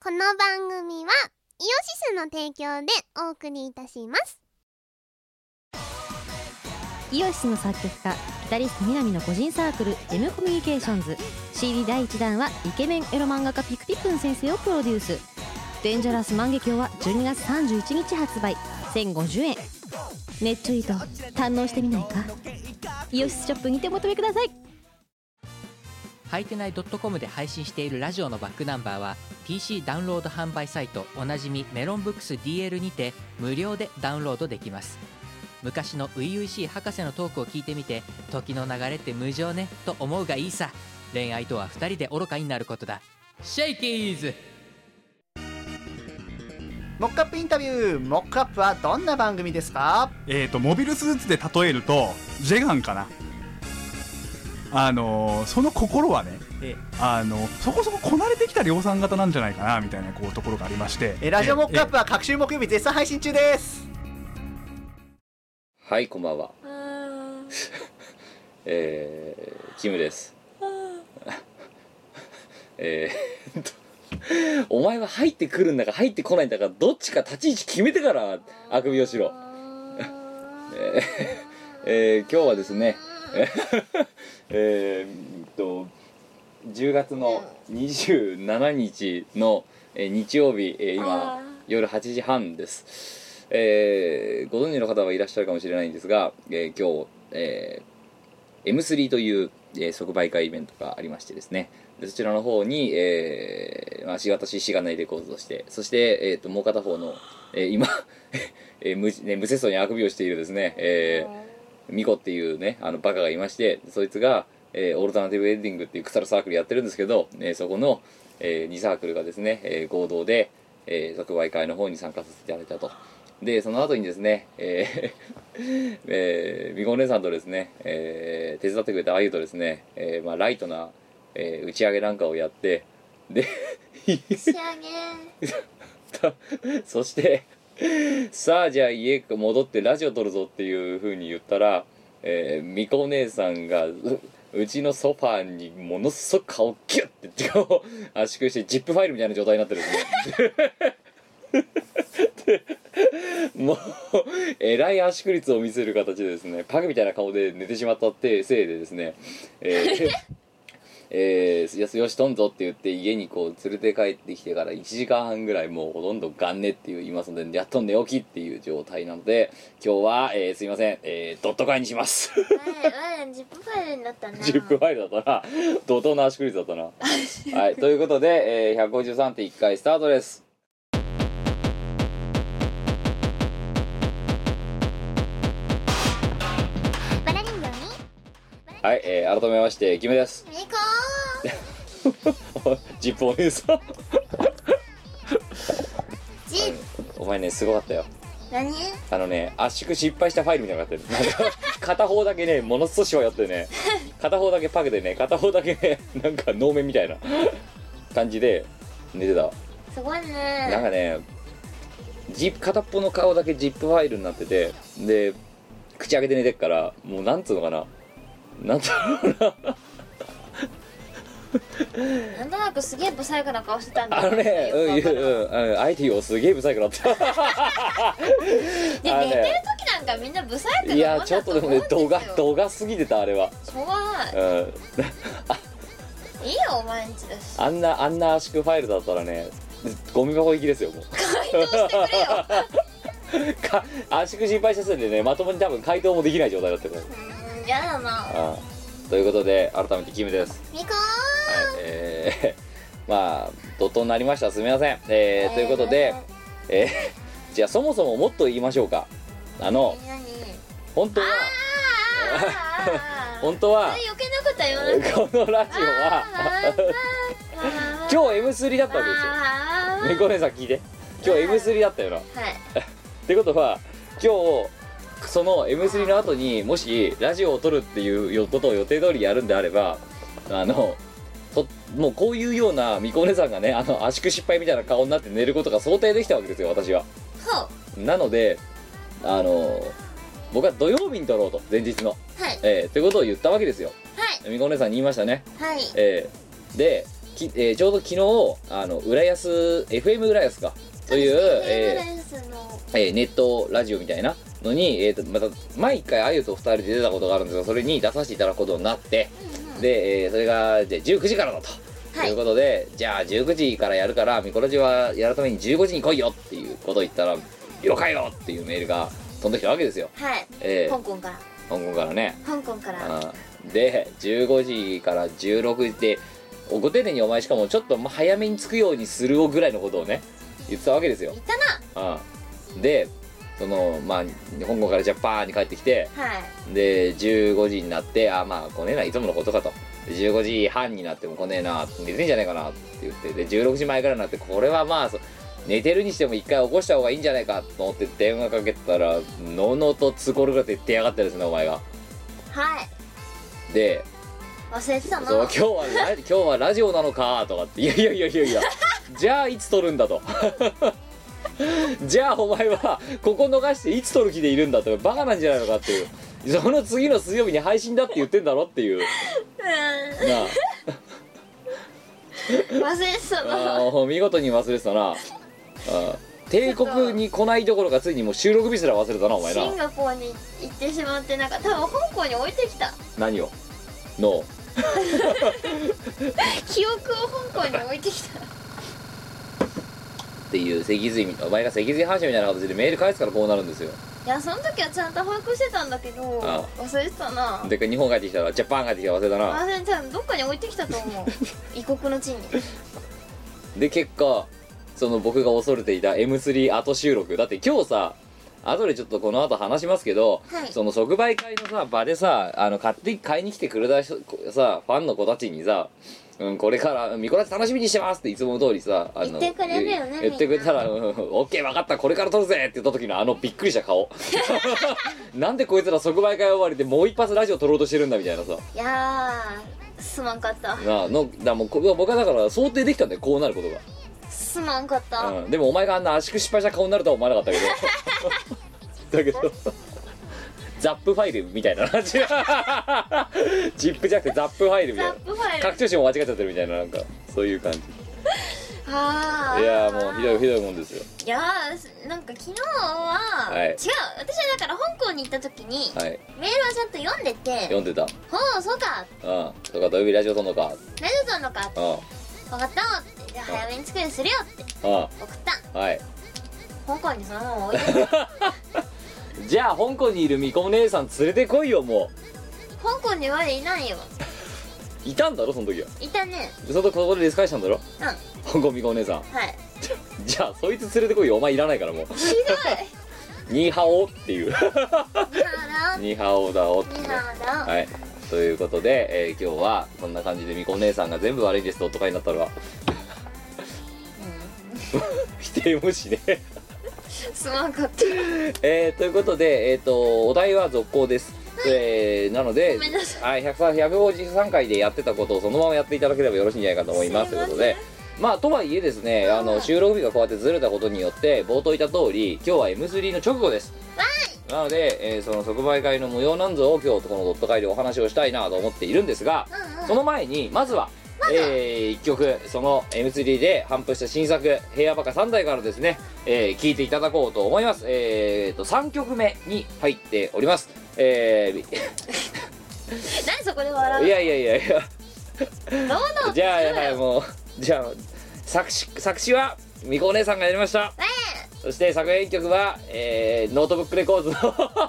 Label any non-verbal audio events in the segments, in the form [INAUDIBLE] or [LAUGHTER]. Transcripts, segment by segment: この番組はイオシスの提供でお送りいたしますイオシスの作曲家ギタリスト南の個人サークルジェムコミュニケーションズ CD 第1弾はイケメンエロ漫画家ピクピクン先生をプロデュース「デンジャラス万華鏡」は12月31日発売1050円ねっちょりと堪能してみないかイオシスショップにてお求めくださいはいてない .com で配信しているラジオのバックナンバーは PC ダウンロード販売サイトおなじみメロンブックス DL にて無料でダウンロードできます昔の初々しい博士のトークを聞いてみて時の流れって無情ねと思うがいいさ恋愛とは2人で愚かになることだシェイキーズモックアップインタビューモックアップはどんな番組ですかえー、とモビルスーツで例えるとジェガンかなあのーその心はねえあのそこそここなれてきた量産型なんじゃないかなみたいなこうところがありましてえラジオモックアップは各週木曜日絶賛配信中ですはい、こんばんは。 [LAUGHS] えー、キムです。 [LAUGHS] えーっと、お前は入ってくるんだか入ってこないんだか、どっちか立ち位置決めてからあくびをしろ。えーえー今日はですね、えーっと、10月の27日の、えー日曜日、えー今夜8時半です、えーご存知の方はいらっしゃるかもしれないんですが、えー今日、えー M3 という、えー即売会イベントがありましてですねでそちらの方に、えーまあ、し私しがないレコードとしてそして、えー、ともう片方の、えー今、 [LAUGHS] えー無ね、無節操にあくびをしているですね、えーミコっていうねあのバカがいましてそいつが、えーオルタナティブエンディングっていう腐るサークルやってるんですけど、ね、そこの、え2サークルがですね、えー合同で、えー即売会の方に参加させていただいたとでその後にですねえー [LAUGHS] えーミコお姉さんとですね、えー手伝ってくれたあゆとですね、えーまあ、ライトな、えー打ち上げなんかをやってで仕上げ [LAUGHS] そしてさあじゃあ家戻ってラジオ撮るぞっていう風に言ったら、えー、みこお姉さんがううちのソファーにものすごく顔ギュッて手を圧縮してジップファイルみたいな状態になってるんですねでもうえらい圧縮率を見せる形でですねパグみたいな顔で寝てしまったってせいでですね、えーえー、よしよしとんぞって言って家にこう連れて帰ってきてから1時間半ぐらいもうほとんど元寝っていう今そのでやっと寝起きっていう状態なので今日は、えーすいません、えードット会にしますわいジップファイルになったな10分前だったな怒涛の圧縮率だったなはいということで、えー、153.1回スタートですバラ人形にはい、えー改めましてキムです [LAUGHS] 猫ジップお姉さんジッお前ねすごかったよ何あのね圧縮失敗したファイルみたいなのがあってなんか片方だけねものすごいしわ寄ってね片方だけパグでね片方だけねなんか能面みたいな感じで寝てたすごいなねんかねジップ片っぽの顔だけジップファイルになっててで口開けて寝てっからもうなんつうのかななんつうのかななんとなくすげえ不細工な顔してたんだあのねうんうんうんうんあえて言おうすげえブサイクだったであの寝てるね時なんかみんな不細工なもんだいやちょっとでもね思う度んでがすよ度が過ぎてたあれはしょうがないうんいいよお前んちだしあんなあんな圧縮ファイルだったらねゴミ箱行きですよもう [LAUGHS] 回答してくれよか圧縮心配したせいでねまともに多分回答もできない状態だったからうんやだなああということで改めてキムですみこはいえー [LAUGHS] まあ怒涛になりましたすみません、えーということで、えーじゃあそもそももっと言いましょうかあのみんなに本当はあー本当は余計なことは言わなくてこのラジオは [LAUGHS] 今日 M3 だったわけですよは猫姉さん聞いて今日 M3 だったよなっいてことは今日その M3 の後にもしラジオを撮るっていうことを予定通りやるんであればあのともうこういうようなみこお姉さんがねあの圧縮失敗みたいな顔になって寝ることが想定できたわけですよ私はほうなのであの僕は土曜日に撮ろうと前日のはいええということを言ったわけですよはみこお姉さんに言いましたねいはいええできえーちょうど昨日あの浦安 FM 浦安かという、えーレンスのえーネットラジオみたいなのに、えーとまた毎回あゆと二人で出たことがあるんですがそれに出させていただくことになって、で、えーそれがじゃあ19時からだと。はいということでじゃあ19時からやるからミコラジはやるために15時に来いよっていうことを言ったら「よかよ!」っていうメールが飛んできたわけですよ、はいえ香ー、港から香港からね香港からあーで15時から16時でおご丁寧にお前しかもちょっとま早めに着くようにするをぐらいのことをね言ってたわけですよ行ったなああでそのまあ香港からジャパンに帰ってきてはいで15時になってあまあ来ねえないつものことかとで15時半になっても来ねえな寝てんじゃないかなって言ってで16時前からになってこれはまあそ寝てるにしても一回起こした方がいいんじゃないかと思って電話かけたらのうのうとつこるが出てやがったですねお前がはいで忘れてたなそう今日はラ今日はラジオなのかとかっていやいやいやいやいやじゃあいつ撮るんだと [LAUGHS] じゃあお前はここ逃していつ撮る気でいるんだとバカなんじゃないのかっていうその次の水曜日に配信だって言ってんだろっていううなあん忘れてたあなー見事に忘れてたなあー帝国に来ないどころかついにもう収録日すら忘れたなお前シンなガポールに行ってしまってなんか多分香港に置いてきた何をの記憶を香港に置いてきたっていう脊髄みお前が脊髄反射みたいな形でメール返すからこうなるんですよいやその時はちゃんと把握してたんだけどあ忘れてたなで日本帰ってきたらジャパン帰ってきたら忘れたな忘れてたどっかに置いてきたと [LAUGHS] 思う異国の地にで結果その僕が恐れていた M3 後収録だって今日さ後でちょっとこの後話しますけど、はいその即売会のさ場でさあの買って買いに来てくれた人さファンの子たちにさうん、これから「ミコラジ楽しみにしてます」っていつも通りさあの言ってくれるよね言言ってくれたら「うん、オッケー分かったこれから撮るぜ」って言った時のあのびっくりした [LAUGHS] 顔なんでこいつら即売会終わりでもう一発ラジオ撮ろうとしてるんだみたいなさいやーすまんかったなあのだもうこ僕はだから想定できたんだよこうなることがすまんかった、うん、でもお前があんな圧縮失敗した顔になるとは思わなかったけ [LAUGHS] どだけどザップファイルみたいな感じジップじゃなくてザップファイルみたザいッなプファイル拡張子も間違っちゃってるみたいななんかそういう感じあーいやーもうひどいひどいもんですよいやーなんか昨日は、はい違う私はだから香港に行った時に、はいメールはちゃんと読んでて読んでた「ほうそうかうんとか土曜日ラジオ撮んのか大丈夫なのか?」うん分かった」って「じゃあ早めに作りするよ」ってう送ったんはい香港にそのまま置い [LAUGHS] てたじゃあ香港にいるみこお姉さん連れてこいよも香港にまでいないよういたんだろその時はいたねその時ここでレス返したんだろうんは香港みこお姉さんいじゃあそいつ連れてこいよお前いらないからもう [LAUGHS] ひどいニーハオっていうニハニーハオだおっロてニねハロはいということで、えー今日はこんな感じでみこお姉さんが全部悪いですととかになったら [LAUGHS] 否定無視ねすまんかった [LAUGHS] えーということでえっ、とお題は続行ですえーなのでごめんなさはい100 153回でやってたことをそのままやっていただければよろしいんじゃないかと思いますすいというませこんとでまあとはいえですねあの収録日がこうやってずれたことによって冒頭言った通り今日は M3 の直後ですなので、えーその即売会の無用なんぞを今日このドット会でお話をしたいなと思っているんですが、うんうんその前にまずは、え1曲その M3 で頒布した新作「平野バカ3台」からですね聴、えー聞いていただこうと思いますえー、と3曲目に入っておりますえー何そこでい笑やいやいやいやうの堂々じゃあとしろはいよもうじゃあ作詞作詞はみこお姉さんがやりましたそして作編曲は、えーノートブックレコーズの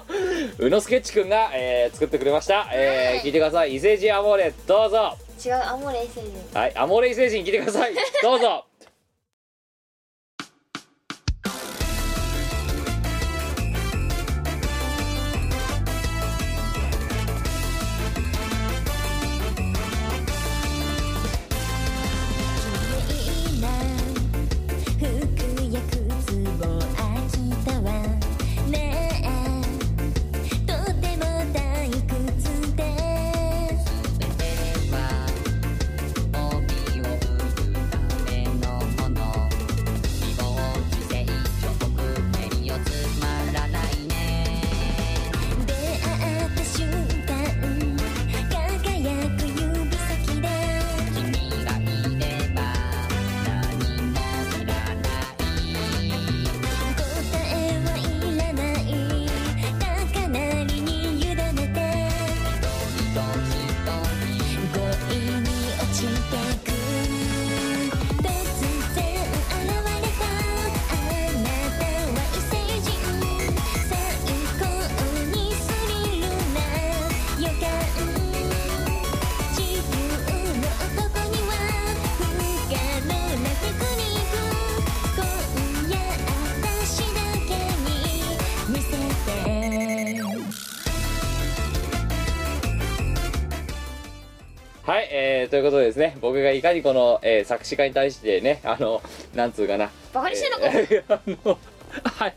[LAUGHS] 宇野スケッチくんが、えー作ってくれました、えー聞いてください「伊勢路アモーレ」どうぞ違うアモレイ星人はい、アモレイ星人聞いてください。どうぞ。服や靴を飽きたわねえとても退屈です「帯を売るためのはい、えー、ということでですね僕がいかにこの、えー作詞家に対してねあのなんつうかなバカにしてんのか、えーあ [LAUGHS] のはい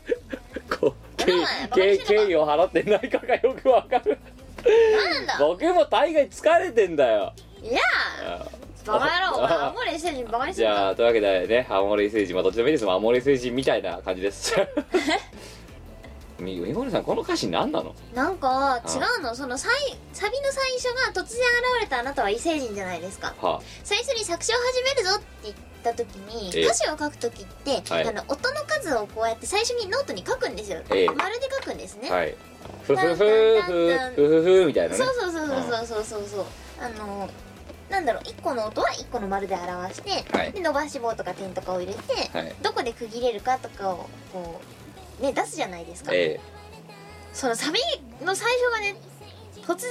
こう敬やめろお前バカに意してんのか敬意を払ってないかがよくわかるなんだ [LAUGHS] 僕も大概疲れてんだよいやーバカ野郎お前アモレしてるにバカにしてじんのゃかあというわけでね青森星人まあどっちでもいいです青森星人みたいな感じです [LAUGHS] みみごりさんこの歌詞何なのなんか違うのその最サビの最初が突然現れたあなたは異星人じゃないですかは最初に作詞を始めるぞって言った時にええ歌詞を書く時って、はいあの音の数をこうやって最初にノートに書くんですよ、ええ丸で書くんですね、あはいふふふふふふふみたいなねそうそうそうそうそうそうそうそうあのなんだろう1個の音は1個の丸で表して、はいで伸ばし棒とか点とかを入れて、はいどこで区切れるかとかをこうね出すじゃないですか、えそのサビの最初がね突然現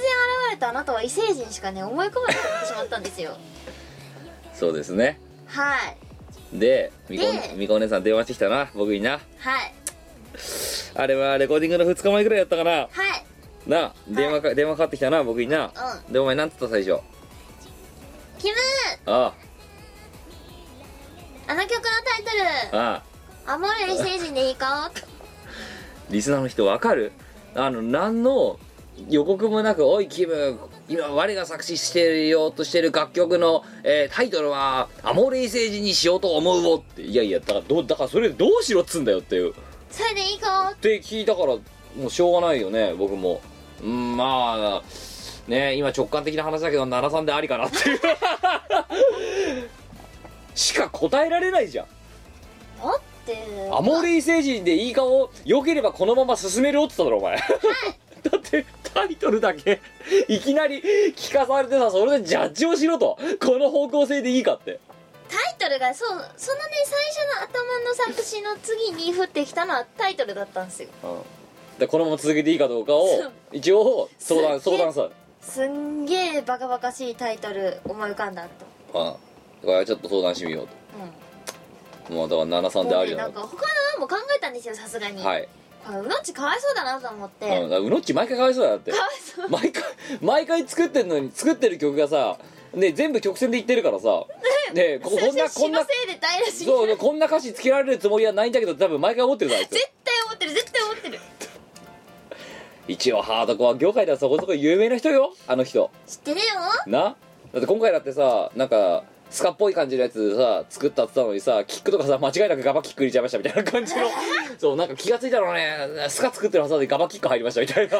れたあなたは異星人しかね思い浮かばなくなってしまったんですよ [LAUGHS] えそうですねはいでみこでみこお姉さん電話してきたな僕になはいあれはレコーディングの2日前ぐらいやったかなはいなあ電話か、電話かかってきたな僕になうんでお前なんつった最初キムああの曲のタイトあルあ「あアモーレ異星人でいいか?」リスナーの人わかるあの何の予告もなく「おいキム今我が作詞してようとしてる楽曲の、えータイトルは「アモレイ星人にしようと思うを」っていやいやだからどうだからそれどうしろっつうんだよっていうっそれでいいかて聞いたからもうしょうがないよね僕もうんまあね今直感的な話だけど73でありかなっていう [LAUGHS] しか答えられないじゃんだってアモレイ星人でいい顔を良ければこのまま進めるよって言っただろお前 [LAUGHS] だってタイトルだけいきなり聞かされてさそれでジャッジをしろとこの方向性でいいかってタイトルがそうそのね最初の頭の作詞の次に降ってきたのはタイトルだったんですよでこのまま続けていいかどうかをそう一応相談すっ相げえ談さすんげえバカバカしいタイトル思い浮かんだとあこれはちょっと相談してみよううともうだから73んであもうりねなだんかな他の案も考えたんですよさすがに、はいうこれうのっちかわいそうだなと思って、んだからうのっち毎回かわいそうだ [LAUGHS] よだってかわいそう毎回毎回作ってんのに作ってる曲がさね全部曲線でいってるからさねここんな先生こ死んのなせいで台無しにそうこんな歌詞つけられるつもりはないんだけど多分毎回思ってるだろあいつ絶対思ってる絶対思ってる一応ハードコア業界ではそこそこ有名な人よあの人知ってるよなだって今回だってさなんかスカっぽい感じのやつさ作ったって言ったのにさキックとかさ間違いなくガバキック入れちゃいましたみたいな感じ [LAUGHS] のそうなんか気がついたらねスカ作ってるはずなのにガバキック入りましたみたいな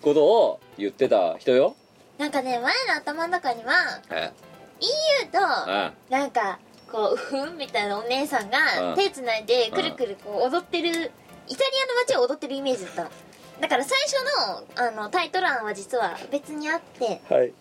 ことを言ってた人よなんかね前の頭の中にはえ EU とえなんかこううふんみたいなお姉さんうがん手つないでうんくるくるこう踊ってるイタリアの街を踊ってるイメージだったのだから最初のあのタイトル案は実は別にあってはい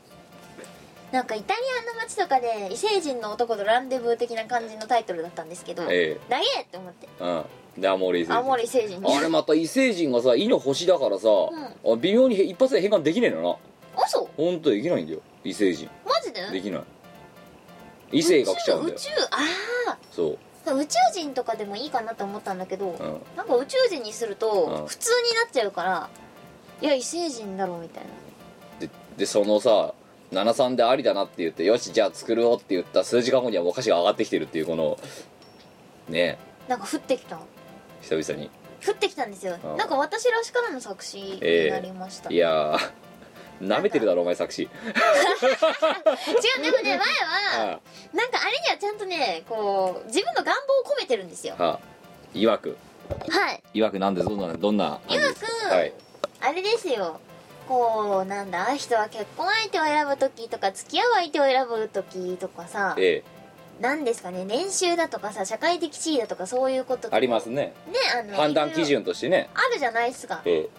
なんかイタリアの街とかで異星人の男とランデブー的な感じのタイトルだったんですけど、えだげえって思ってえうんでアモーリー星青人森異星人にあれまた異星人がさ「異の星」だからさ、あ微妙にへ一発で変換できねえのなあそうほんとできないんだよ異星人マジでできない異性が来ちゃうんだよ宇宙宇宙あそう、あ宇宙人とかでもいいかなと思ったんだけど、うん、なんか宇宙人にするうとん普通になっちゃうからいや異星人だろうみたいなででそのさ73でありだなって言ってよしじゃあ作ろうって言った数時間後にはお菓子が上がってきてるっていうこのねなんか降ってきたえ久々に降ってきたんですよあなんか私らしからの作詞になりました、いやー舐めてるだろお前作詞違うでもね前はあなんかあれにはちゃんとねこう自分の願望を込めてるんですよあはあいわくはいいわくなんでどんなどんな感じですかいわくはいあれですよこうなんだ人は結婚相手を選ぶ時とか付き合う相手を選ぶ時とかさええ何ですかね年収だとかさ社会的地位だとかそういうこととかありますねねあの判断いろい基ろ準としてねあるじゃないですかええ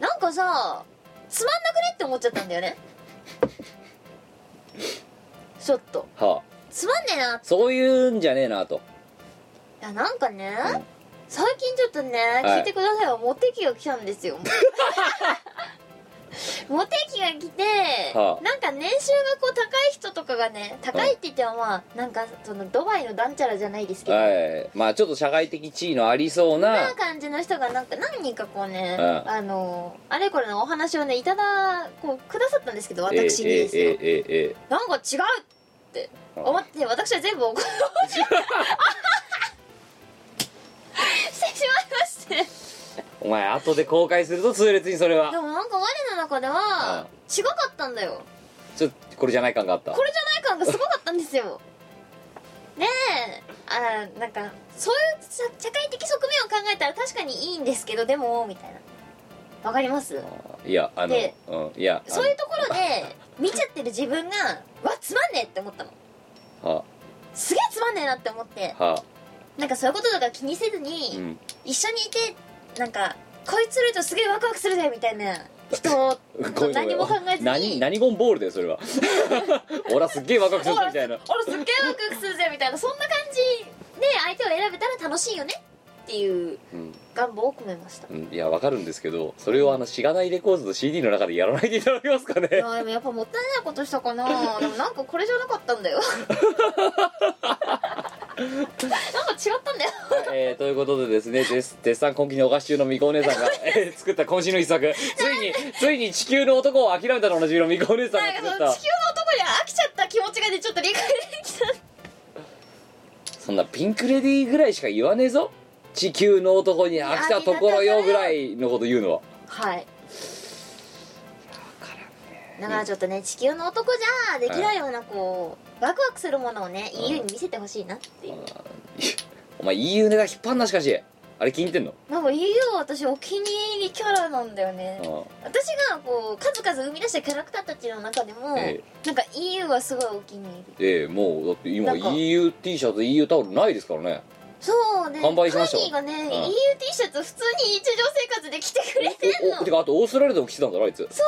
なんかさつまんなくねって思っちゃったんだよねちょっとはあつまんねえなそういうんじゃねえなといやなんかね、うん最近ちょっとねはい聞 [LAUGHS] いてくださいよ、モテ期が来たんですよモモテ期が来て、はあなんか年収がこう高い人とかがね高いって言ってもまあなんかそのドバイのダンチャラじゃないですけど、はいまあちょっと社会的地位のありそうなな感じの人がなんか何人かこうね、うんあのあれこれのお話をねいただこうくださったんですけどえー私にですよ、えーえーえなんか違うって思って私は全部怒 [LAUGHS] してしまいましてーお前後で後悔すると痛烈にそれではもなんか我の中でうはん違かったんだよちょっとこれじゃない感があったこれじゃない感がすごかったんですよねえあーなんかそういうさ社会的側面を考えたら確かにいいんですけどでもみたいなわかりますいやあので、うん、いやあのそういうところで見ちゃってる自分がわつまんねえって思ったのはすげえつまんねえなって思ってはなんかそういうこととか気にせずに、うん一緒にいてなんかこいついるとすげえワクワクするぜみたいな [LAUGHS] 人ごとめんごめん何も考えずに何何ゴンボールだよ [LAUGHS] それは俺はすっげえ若くするぞみたいな俺すっげえワクワクするぜみたいなそんな感じで相手を選べたら楽しいよねっていううん願望を込めましたうんいやわかるんですけどそれをあのしがないレコードと CD の中でやらないでいただけますかねいやでもやっぱもったいないことしたかなでもなんかこれじゃなかったんだ [LAUGHS] よなんか違ったんだよえーということでですね絶絶賛今期のお菓子中のみこお姉さ [LAUGHS] んが、えー作った渾身の一作ついについに地球の男を諦めたの同じみのみこお姉さんなんがかそ作っのた地球の男に飽きちゃった気持ちがねちょっと理解できたそんなピンクレディーぐらいしか言わねえぞ地球の男に飽きたところよぐらいのこと言うのははいだからちょっとね地球の男じゃできないようなこうワクワクするものをね EU に見せてほしいなっていうお前 EU ネタ引っ張んなしかしあれ気に入ってんのなんか EU は私お気に入りキャラなんだよねう私がこう数々生み出したキャラクターたちの中でも、えなんか EU はすごいお気に入りんええもうだって今なんか EUT シャツ EU タオルないですからねそうね販売しましたカーニーがね、うん EU T シャツ普通に日常生活で着てくれてんおおのてかあとオーストラリアでも着てたんだろあいつそ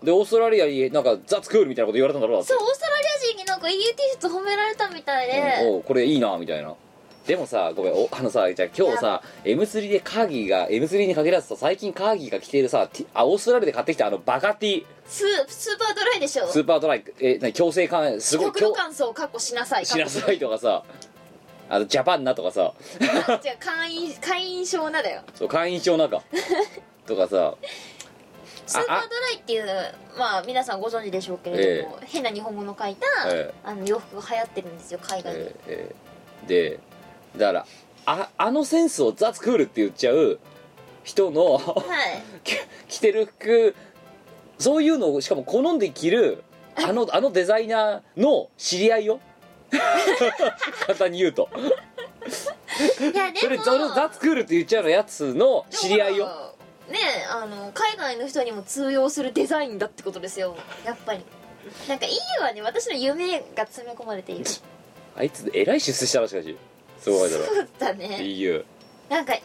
うでオーストラリアになんか「ザ・ツクール」みたいなこと言われたんだろだってそうオーストラリア人になんか EU T シャツ褒められたみたいで、うんおうこれいいなみたいなでもさごめんおあのさじゃあ今日さ M3 でカーギーが M3 に限らずさ最近カーギーが着ているさティあオーストラリアで買ってきたあのバカティススーパードライでしょスーパードライえな強制感すごい極度強感想を確保しなさいしなさいとかさあとジャパンなとかさあ違う会員会員証なだよそう会員証な [LAUGHS] んかとかさスーパードライっていうまあ皆さんご存知でしょうけれども、変な日本語の書いた、えあの洋服が流行ってるんですよ海外で、えーえーでだからああのセンスを「ザ・ツクール」って言っちゃう人の [LAUGHS] はいき着てる服そういうのをしかも好んで着るあ [LAUGHS] のあのデザイナーの知り合いよ簡単に言うといやでもそれそのザ・ツクールって言っちゃうのやつの知り合いでもよほらねえあの海外の人にも通用するデザインだってことですよやっぱりなんか EU はね私の夢が詰め込まれているあいつえらい出世したらしかしすごいだろそうだね EU なんか EU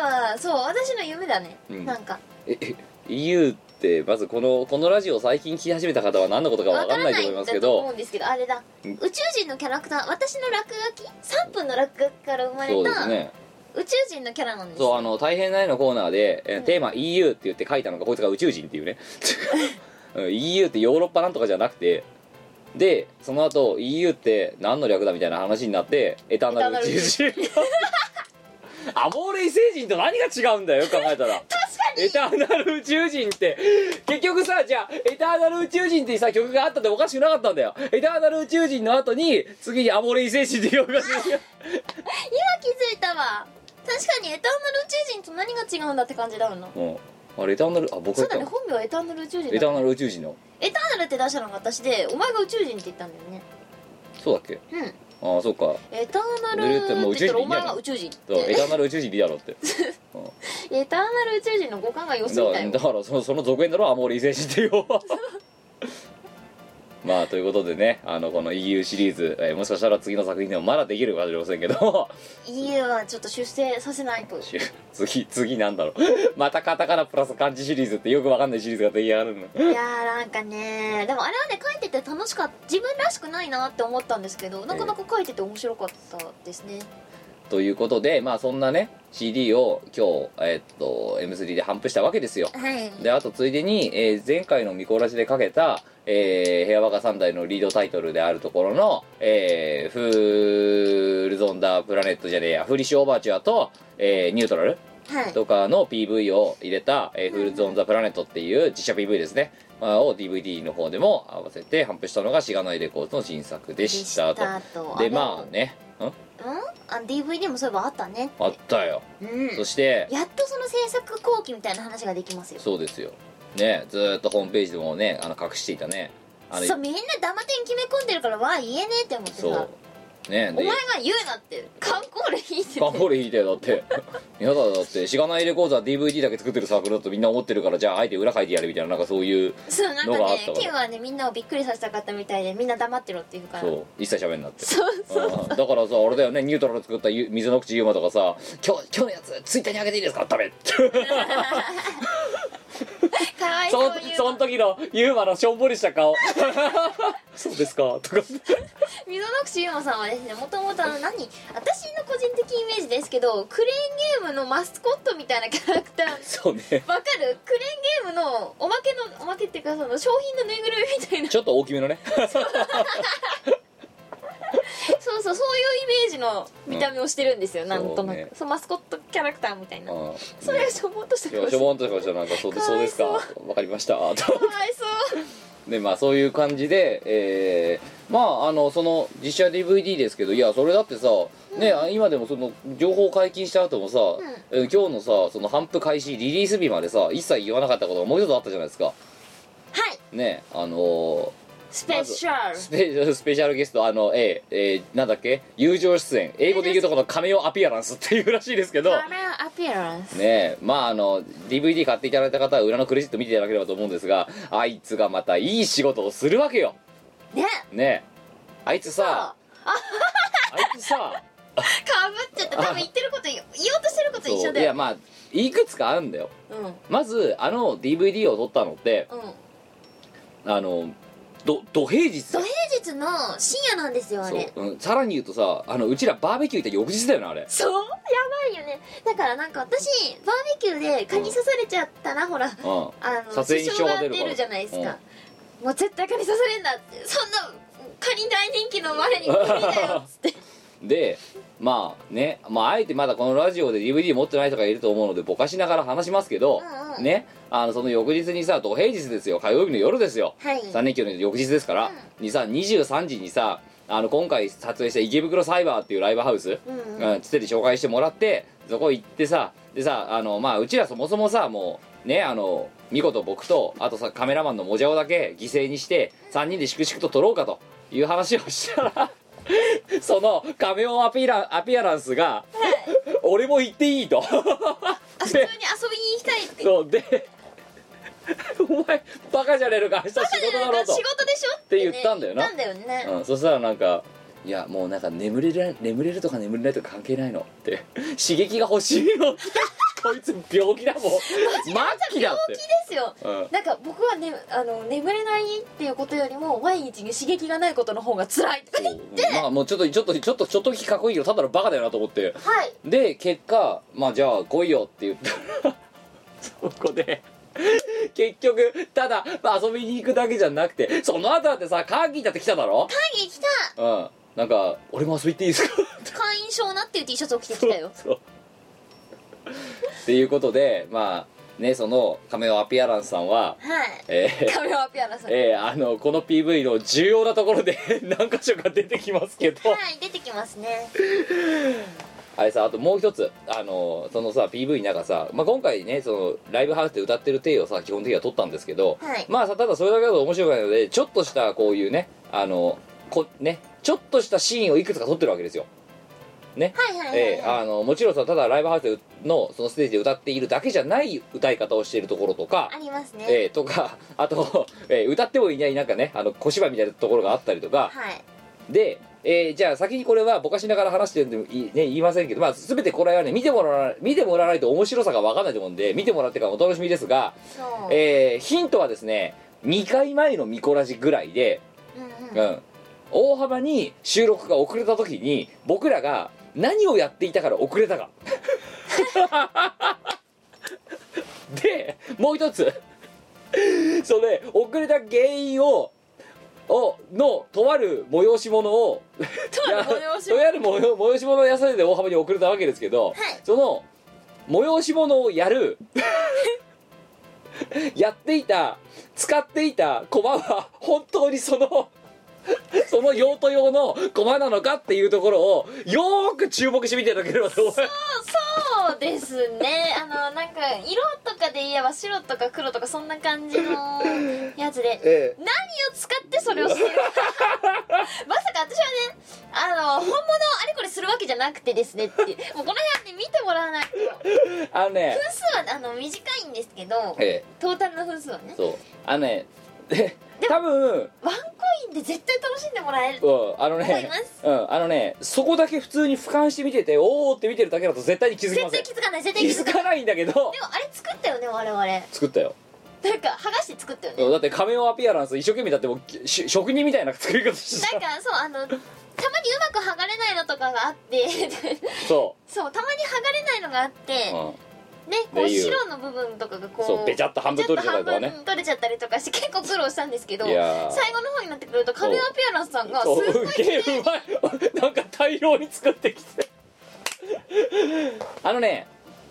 はそう私の夢だね、うんなんかええ EU ってまずこのこのラジオを最近聞き始めた方は何のことかわわかかんらなないとい思いんますだけとど思うんですけどあれだうん宇宙人のキャラクター私の落書き3分の落書きから生まそれうですた、ね宇宙人のキャラなんですよそうあの「大変ない」のコーナーで、えーテーマ EU って言って書いたのがこいつが宇宙人っていうね [LAUGHS] うん EU ってヨーロッパなんとかじゃなくてでその後 EU って何の略だみたいな話になってエターナル宇宙人 [LAUGHS] アモーレ異星人と何が違うんだよ考え [LAUGHS] たらエターナル宇宙人って結局さじゃあエターナル宇宙人ってさ曲があったっておかしくなかったんだよエターナル宇宙人の後に次にアモーレ異星人って曲が出て [LAUGHS] きた気づいたわ確かにエターナル宇宙人と何が違うんだって感じだもんなうんあれエターナルあ僕そがうだね言ったの本名はエターナル宇宙人だエターナル宇宙人のエターナルって出したのが私でお前が宇宙人って言ったんだよねそうだっけうんああそうかエターナぬルるってもうっ宇て宙言ったらお人いな前いのが宇宙人そうエターナル宇宙人でいいだろうってエターナル宇宙人の五感が良すぎだたよだから [LAUGHS] そのその続編だろアモーリー星人ってよ [LAUGHS] まあということでねあのこの EU シリーズ、えーもしかしたら次の作品でもまだできるかもしれませんけど [LAUGHS] 家はちょっと出世させないとし次次なんだろう [LAUGHS] またカタカナプラス漢字シリーズってよくわかんないシリーズが出来上がるのいやーなんかねでもあれはね書いてて楽しかった自分らしくないなって思ったんですけどなかなか書いてて面白かったですねということでまあそんなね CD を今日、えっと M3 で頒布したわけですよはいであとついでに、えー前回の見こらしでかけた「えー、ヘアバカ三代」のリードタイトルであるところの「えーフールゾンダープラネット」じゃねえや「フリッシュオーバーチュアと」えーニュートラル」はいとかの PV を入れた「えーフールズ・オン・ザ・プラネット」っていう自社 PV ですね、まあを DVD の方でも合わせて頒布したのがしがないレコードの新作ででしたととでまあねんあうんあ DVD もそういえばあったねあったよ、うんそしてやっとその制作後期みたいな話ができますよそうですよねずーっとホームページでもねあの隠していたねあのそうみんなダマ点決め込んでるからわあ言えねえって思ってさそうねお前でが言うなって観光で引いててバンボール引いてよだって [LAUGHS] やだだってしがないレコードは DVD だけ作ってるサークルだとみんな思ってるからじゃああえて裏書いてやるみたいななんかそういうそうなんのがかあっねたわケンはねみんなをびっくりさせたかったみたいでみんな黙ってろって言うからそう一切喋んなってそうそううんだからさあれだよねニュートラル作ったゆ水の口ユーマとかさ「今日今日のやつツイッターに上げていいですかダメ」かわいそそんういうその時のユーマのしょんぼりした [LAUGHS] 顔そうですかとか溝の口ゆうまさんはですねもともとあの何私の個人的イメージですけどクレーンゲームのマスコットみたいなキャラクターそうねわかるクレーンゲームのおまけのおまけっていうかその商品のぬいぐるみみたいなちょっと大きめのねそうそうそういうイメージの見た目をしてるんですよ、なんとなくそうそう,、ねマスコットキャラクターみたいな、うんそれがしょぼんとしたいや顔ししてょかわぼんとした顔してなんかそうでかそうわでいすかそうわかりましたといそうでまあそういう感じで、えーまああのその実写 DVD ですけどいやそれだってさ、ねあ今でもその情報解禁した後もさ、えー今日のさその頒布開始リリース日までさ一切言わなかったことがもう一つあったじゃないですかはいねあのスペシャールスペスペシャルゲストあのえーえーなんだっけ友情出演英語で言うとこの亀をアピアランスっていうらしいですけどカメラアピアランスねえまああの DVD 買っていただいた方は裏のクレジット見ていただければと思うんですがあいつがまたいい仕事をするわけよねねえあいつさかあいつさ [LAUGHS] ぶっちゃった多分言ってること言おうとしてること一そ緒ういだやよまあいくつかあるんだようんうんまずあの DVD を撮ったのってあのど土平日土平日の深夜なんですよあれそう、うん、さらに言うとさあのうちらバーベキュー行った翌日だよなあれそうやばいよねだからなんか私バーベキューで蚊に刺されちゃったら、ほらうんあの撮影に支障が出るから支じゃないですか、もう絶対蚊に刺されんなってそんな蚊に大人気の我に無理だよっつって [LAUGHS] でまあね、まあ、あえてまだこのラジオで DVD 持ってない人がいると思うのでぼかしながら話しますけど、うんうんねあのその翌日にさ土平日ですよ火曜日の夜ですよはい3連休の翌日ですから、にさ23時にさあの今回撮影した池袋サイバーっていうライブハウス、うんうんうん、つてで紹介してもらってそこ行ってさでさあのまあうちらそもそもさもうねあのミコと僕とあとさカメラマンのもじゃおだけ犠牲にして3人で粛々と撮ろうかという話をしたら [LAUGHS] そのカメオアピラアピアランスが「俺も行っていい」と。あ普通に遊びに行きたいって言っそうでお前バカじゃねえのか明日仕たじ事ゃだなろいうと仕事でしょっって言ったんだよな言ったんだよね、うん、そしたらなんか「いやもうなんか眠れる眠れるとか眠れないとか関係ないの」って [LAUGHS] 刺激が欲しいのって [LAUGHS] こいつ病気だもん末期だってですようんなんか僕はねあの眠れないっていうことよりも毎日に刺激がないことの方が辛いとかそうまあもうちょっとちょっとちょっとちょっとだけかっこいいけどただのバカだよなと思ってはいで結果まあじゃあ来いよって言ったら [LAUGHS] そこで結局ただ遊びに行くだけじゃなくてその後だってさカーギーだって来ただろ会議来たうんなんか「俺も遊び行っていいですか?」って会員証なっていう T シャツを着てきたよそうっていうことでまあねその亀尾アピアランスさんははいえ [LAUGHS] ーカメラピアラさんはえーあのこの PV の重要なところで [LAUGHS] 何箇所か出てきますけどい出てきますねあれさあともう一つあのそのさ PV の中さ、まあ、今回ねそのライブハウスで歌ってる体をさ基本的には撮ったんですけど、はいまあさただそれだけだと面白くないのでちょっとしたこういうねあのこねちょっとしたシーンをいくつか撮ってるわけですよねはいはいはい、ええあのもちろんさただライブハウスのそのステージで歌っているだけじゃない歌い方をしているところとかあ、りますね、ええとか [LAUGHS] あと、ええ歌ってもいないなんかねあの小芝居みたいなところがあったりとかはいで、ええじゃあ先にこれはぼかしながら話してるんでもいい、ね、言いませんけど、まあ、全てこれはね見てもらわ見てもらわないと面白さがわかんないと思うんで見てもらってからお楽しみですが、そう、ええヒントはですね2回前のミコラジぐらいでうんうんうん、大幅に収録が遅れた時に僕らが何をやっていたから遅れたかでもう一つそれ遅れた原因ををのとある催し物をとある催しい物やとある催催し物をやされて大幅に遅れたわけですけど、その催し物をや [LAUGHS] るやっていた使っていた駒は本当にそのその用途用の駒なのかっていうところをよーく注目してみていただければと思いますそうですねあのなんか色とかで言えば白とか黒とかそんな感 [LAUGHS] じのやつでえ何を使ってそれをする [LAUGHS] まさか私はねあの本物をあれこれするわけじゃなくてですねっていうもうこの辺で見てもらわないと分えあのね数はあの短いんですけどえトータルの分数はねえそうあのねで多分ワンコインで絶対楽しんでもらえるうんあの思いねますうんあのねそこだけ普通に俯瞰して見てておおって見てるだけだと絶対に気づき絶ません対気づかない絶対気気づかづないかないんだけどでもあれ作ったよね我々なんか作ったよ剥がして作ったよねだって仮面をアピアランス一生懸命だってもうし職人みたいな作り方してなんたかそうあのたまにうまく剥がれないのとかがあって [LAUGHS] そそうたまに剥がれないのがあってう、うん、ねこうでいう白の部分とかがこうそうべちゃっと半分取れちゃったりとかべねちゃっ半分取れちゃったりとかして結構苦労したんですけどい最やー後の方になってくるとカメラピアランスさんがすっそごういうげえうまいなんか大量に作ってきてあのね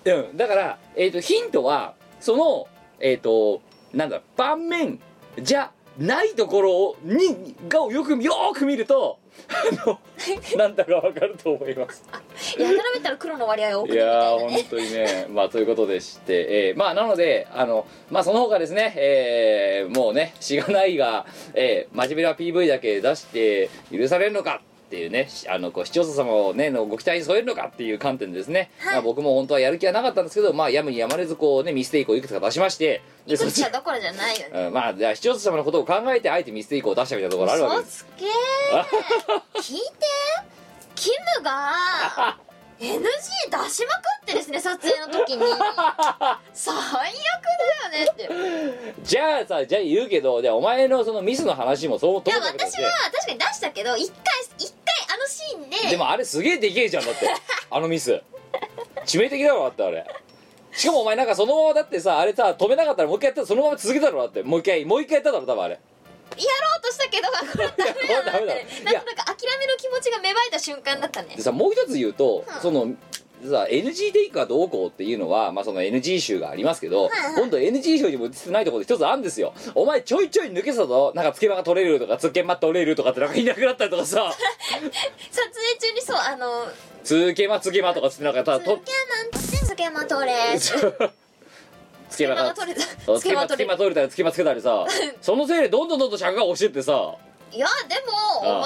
うんだから、えー、とヒントはそのえっ、となんだ盤面じゃないところをにがをよくよーく見るとあ [LAUGHS] のなんだかわかると思いますやたらめったら黒の割合が多くいてみたやーいなね本当にねまあということでして、えーまあなのであのまあその他ですね、えーもうねしがないが、えー、真面目な PV だけ出して許されるのかっていうねしあのこう視聴者様をねのご期待に添えるのかっていう観点でですね、まあ、僕も本当はやる気はなかったんですけどまあやむにやまれずこうねミステイクをいくつか出しましてでいそくっつちかどころじゃないよねうんまあじゃあ視聴者様のことを考えてあえてミステイクを出したみたいなところあるわけ嘘ですつけー聞いてキム [LAUGHS] が NG 出しまくってですね撮影の時 [LAUGHS] に最悪だよねってじゃあさじゃあ言うけどじゃあお前のそのミスの話もそうといや思ったけど私は確かに出したけど一回一回あのシーンででもあれすげえでけえじゃんだっ [LAUGHS] てあのミス致命的だろだってあれしかもお前なんかそのままだってさあれさ止めなかったらもう一回やったらそのまま続けたろだってもう一回もう一回やっただろ多分あれやろうとしたけど [LAUGHS] これはダメだなって [LAUGHS] なんとなく諦めの気持ちが芽生えた瞬間だったねでさもう一つ言うと、うんそのさ NG テイクがどうこうっていうのは、まあ、その NG 集がありますけはいど、はい今度 NG 集にも映ってないところで一つあるんですよお前ちょいちょい抜けてたぞなんかつけ場が取れるとかつけま取れるとかってなんかいなくなったりとか [LAUGHS] さ撮影中にそうあのつけまつけまとかつってなんか「たつけまとんつつけま取れ」つ [LAUGHS] つけけままがが取れたそうつつけけままつ取けれま取れたりつけまつけた [LAUGHS] りさそのせいでどんどんどんどん尺が押してってさいやでもおああ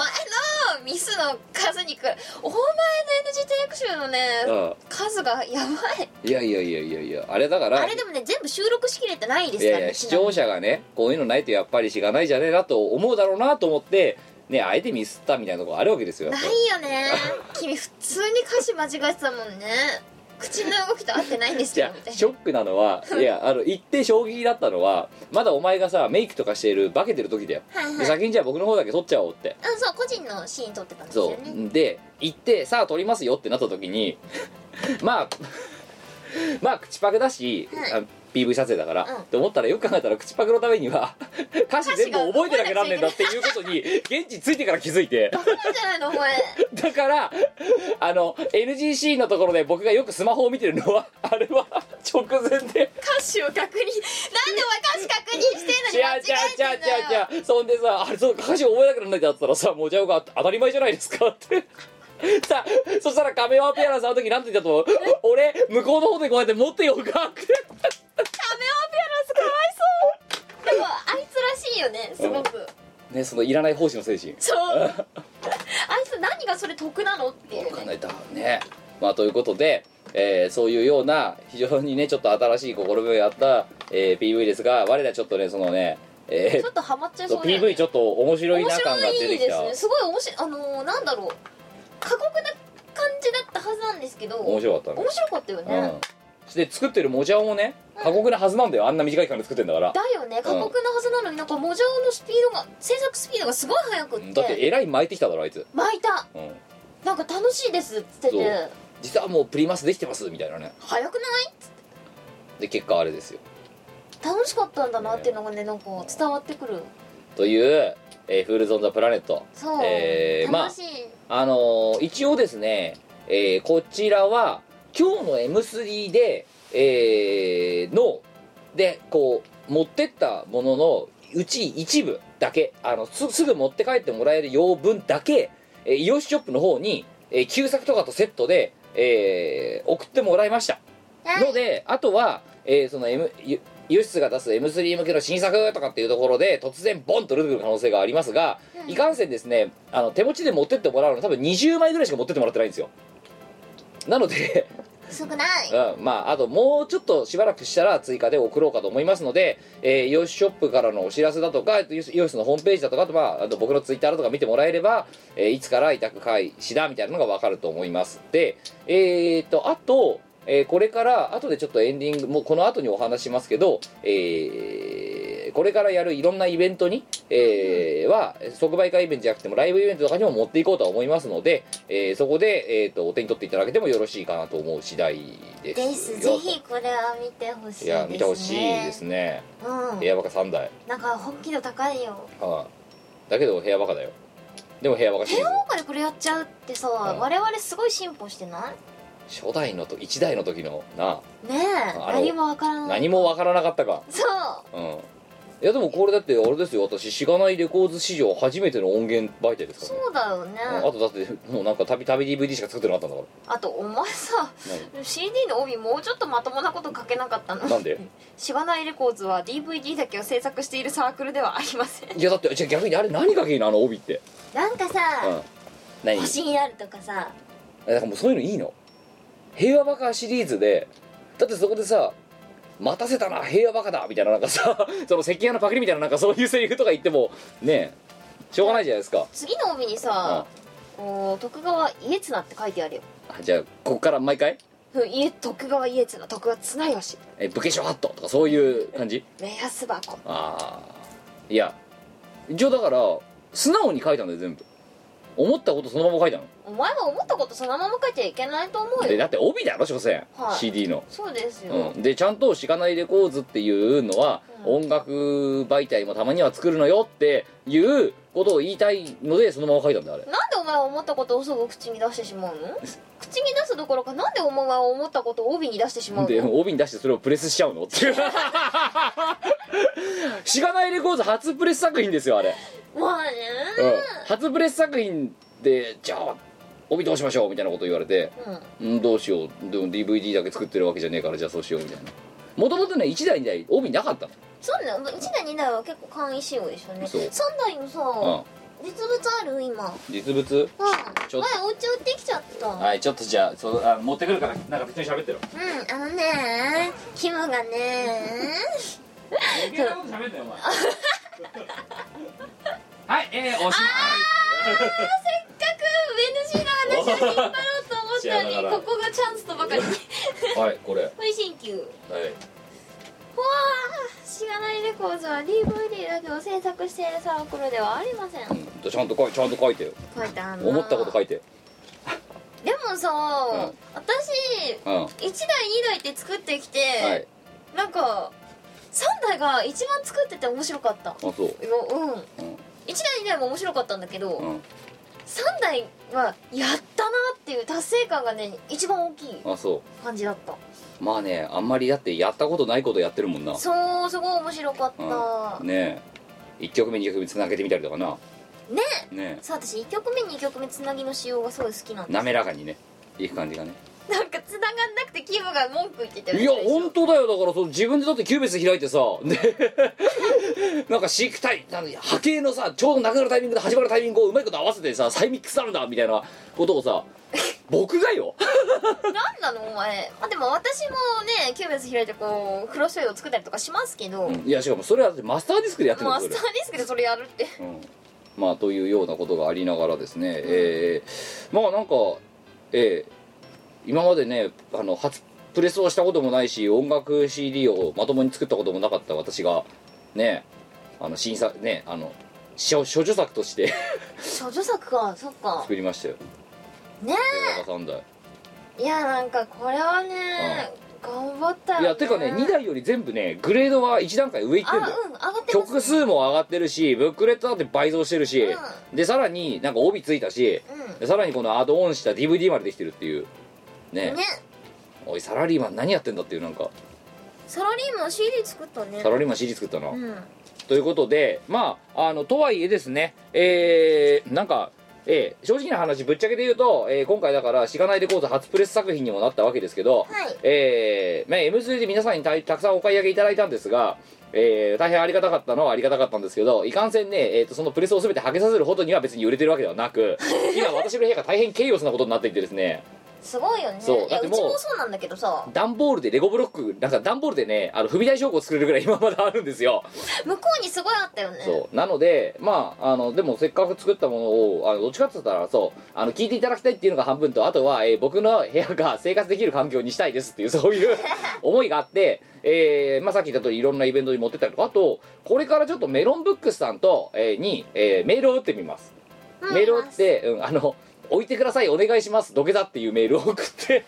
前のミスの数にくお前の NG テイク集のねああ数がやばいいやいやいやいやいやあれだからあれでもね全部収録しきれてないでいすからやねいや視聴者がねこういうのないとやっぱりしがないじゃねえなと思うだろうなと思ってねあえてミスったみたいなとこあるわけですよやっなぱいりよね君普通に歌詞間違えてたもんね口の動きと合ってないんですじよゃみたあいショックなのはいやあの一定衝撃だったのはまだお前がさメイクとかしている化けてる時だよなはいではい先にじゃあ僕の方だけ撮っちゃおうってあそう個人のシーン撮ってたんですよそねうで行ってさあ撮りますよってなった時に [LAUGHS] まあ [LAUGHS] まあ口パクだし、はあ PV 撮影だから、うんと思ったらよく考えたら口パクのために [LAUGHS] は歌詞全部覚えてなきゃなんねえんだっていうことに現地着いてから気づ [LAUGHS] いてそうじゃないのお前だからあの NGC のところで僕がよくスマホを見てるのはあれは直前で歌詞を [LAUGHS] 確認なんでお前歌詞確認してんのに違間う違違うえてんの違よう違うそんでさあれそう歌詞覚えなくなんないってなったらさもうじゃあが当たり前じゃないですかって [LAUGHS] さそしたらカメオアピアランスあの時なんて言ったと思う俺向こうの方でこうやって持ってようかってカメオピアランスかわいそうでもあいつらしいよねすごくねそのいらない奉仕の精神そうあいつ何がそれ得なのっていうわかんねないだろうねまあということで、えーそういうような非常にねちょっと新しい試みをやった、えー PV ですが我らちょっとねそのね、えちょっとハマっちゃいー、そそううだよね PV ちょっと面白い面な感が白出ていきでたすねすごい面白いあのーなんだろう過酷な感じだったはずなんですけど面白かったね面白かったよね、うん、で作ってるもじゃおもね過酷なはずなんだよあんな短い期間で作ってんだからだよね過酷なはずなのになんかモジャオのスピードが制作スピードがすごい速くってだってえらい巻いてきただろあいつ、巻いたうん、なんか楽しいですっつってそてう実はもうプリマスできてますみたいなね早くないで結果あれですよ楽しかったんだなっていうのがねなんか伝わってくるという、えーフールズ・オン・ザ・プラネットそう、えーまあ楽しい、あのー一応ですね、えーこちらは今日の M3 で、えーのでこう持ってったもののうち一部だけあのすすぐ持って帰ってもらえる用分だけ、えーイオシショップの方に、えー旧作とかとセットで、えー送ってもらいましたのであとは、えーその M イイオシスが出す M3 向けの新作とかっていうところで突然ボンと出てくる可能性がありますが、いかんせんですねあの手持ちで持ってってもらうの多分20枚ぐらいしか持ってってもらってないんですよなので、 [LAUGHS] 少ないうん、まああともうちょっとしばらくしたら追加で送ろうかと思いますので、えー、イオシスショップからのお知らせだとかイオシイオシスのホームページだとかあと、まあ、あと僕のツイッターだとか見てもらえれば、えーいつから委託開始だみたいなのが分かると思いますでえー、とあと、えーこれから後でちょっとエンディングもうこの後にお話しますけど、えーこれからやるいろんなイベントに、えーは即売会イベントじゃなくてもライブイベントとかにも持っていこうとは思いますので、えーそこで、えー、とお手に取っていただけてもよろしいかなと思う次第ですですぜよひこれは見てほしいです、ね、いや見てほしいですねうん部屋バカ3台なんか本気度高いよはいだけど部屋バカだよでも部屋バカシリーズ今回これやっちゃうってさ、ん我々すごい進歩してな初代のと1代の時のないねえあの何もわからない何もわからなかったかそううんいやでもこれだってあれですよ私しがないレコーズ史上初めての音源媒体ですからねそうだよねうんあとだってもうなんかたびたび DVD しか作ってなかったんだかあとお前さ CD の帯もうちょっとまともなこと書けなかったのらなんでしがないレコーズは DVD だけを制作しているサークルではありませんいやだってじゃあ逆にあれ何がいいのあの帯って [LAUGHS] なんかうさん何星になるとかさだからもうそういうのいいの平和バカシリーズでだってそこでさ「待たせたな平和バカだ」みたいななんかさ [LAUGHS] その石鹸屋のパクリみたいななんかそういうセリフとか言ってもねえしょうがないじゃないですか、次の帯にさこう徳川家綱って書いてあるよあじゃあここから毎回うん家徳川家綱徳川綱吉「え武家書ハット」とかそういう感じ目安箱ああいや一応だから素直に書いたんだよ全部思ったことそのまま書いたのお前は思ったことそのまま書いちゃいけないと思うでよだって帯だろ所詮、はい CD のそうですよ、うん、でちゃんと「しがないレコーズ」っていうのは、うん音楽媒体もたまには作るのよっていうことを言いたいのでそのまま書いたんだよあれなんでお前は思ったことをすぐ口に出してしまうの口に出すどころかなんでお前は思ったことを帯に出してしまうので帯に出してそれをプレスしちゃ [LAUGHS] うのっていうしがないレコーズ初プレス作品ですよあれ、まあねうん、初プレス作品でじゃあ帯どうしましょうみたいなこと言われてうんうんどうしようでも DVD だけ作ってるわけじゃねえからじゃあそうしようみたいなもともとね1台2台帯なかったそうだよ1台2台は結構簡易仕様でしょねそう3台もさ、の、実物ある今うん、実物うんちょっと前お家売ってきちゃった、はいちょっとじゃあそあ持ってくるからなんか別に喋ってろうんあのねキム [LAUGHS] がね余計なこと喋んなよお前 [LAUGHS] はいえー、おしせっかく NG の話を引っ張ろうと思 [LAUGHS] ったの幸せにだなここがチャンスとばかりにまいはいこれはい不意進級ほわあしがないレコーズは DVD だけを制作しているサークルではありませんうんちゃんと書いちゃんと書いてよ書いてあんな思ったこと書いてでもさ、私うんは1台2台って作ってきて、いなんか3台が一番作ってて面白かったあそういやうん、1ん台2台も面白かったんだけど、うん3台はやったなっていう達成感がね一番大きいあそ感じだったうまあねあんまりだってやったことないことやってるもんなそうすごい面白かった、うねえ1曲目2曲目つなげてみたりとかなねねさあ私1曲目2曲目つなぎの仕様がすごい好きなんえです滑らかにねいく感じがねなんかつながんなくてキムが文句言ってたいや本当だよだからその自分でだってキューベス開いてさ [LAUGHS] でなんか飼育体なんか波形のさちょうどなくなるタイミングで始まるタイミングをうまいこと合わせてさ再ミックスあるんだみたいなことをさ僕がよ何なのお前まあでも私もねキューベース開いてこう黒醤油を作ったりとかしますけど、いやしかもそれはだってマスターディスクでやってるんマだスよターディスクでそれやるってそれ、うん、まあというようなことがありながらですね、えーまあなんかえー今までねあの初プレスをしたこともないし音楽 CD をまともに作ったこともなかった私がねあの審査ねあの諸諸女作として諸女作かそっか作りましたよね映画化3台えいやなんかこれはね頑張ったよ、いやてかね2台より全部ねグレードは1段階上行ってあんうだよん上がってます曲数も上がってるしブックレットだって倍増してるし、うでさらになんか帯ついたしうんでさらにこのアドオンした DVD までできてるっていうねねおいサラリーマン何やってんだっていうなんかサラリーマン CD 作ったねサラリーマン CD 作ったな、うんということでまああのとはいえですねえー、なんかえー正直な話ぶっちゃけで言うと、えー今回だから「しがないレコード」初プレス作品にもなったわけですけど、はいえーまあ、M3 で皆さんにたたくさんお買い上げいただいたんですが、えー大変ありがたかったのはありがたかったんですけどいかんせんね、えー、とそのプレスを全てはけさせるほどには別に売れてるわけでは [LAUGHS] なく今私の部屋が大変ケイオスなことになっていてですねすごいよねそういやだっうてちもうもそうなんだけどさ段ボールでレゴブロックなんか段ボールでねあの踏み台証拠を作れるぐらい今 [LAUGHS] まであるんですよ向こうにすごいあったよねそうなのでまああのでもせっかく作ったものをあのどっちかって言ったらそうあの聞いていただきたいっていうのが半分とあとは、えー僕の部屋が [LAUGHS] 生活できる環境にしたいですっていう [LAUGHS] そういう思いがあって、えーまあ、さっき言った通りいろんなイベントに持ってったりとかあとこれからちょっとメロンブックスさんと、えーに、えーメールを打ってみます、うんメールを打って、うん、あの置いてくださいお願いします土下座っていうメールを送 [LAUGHS] って、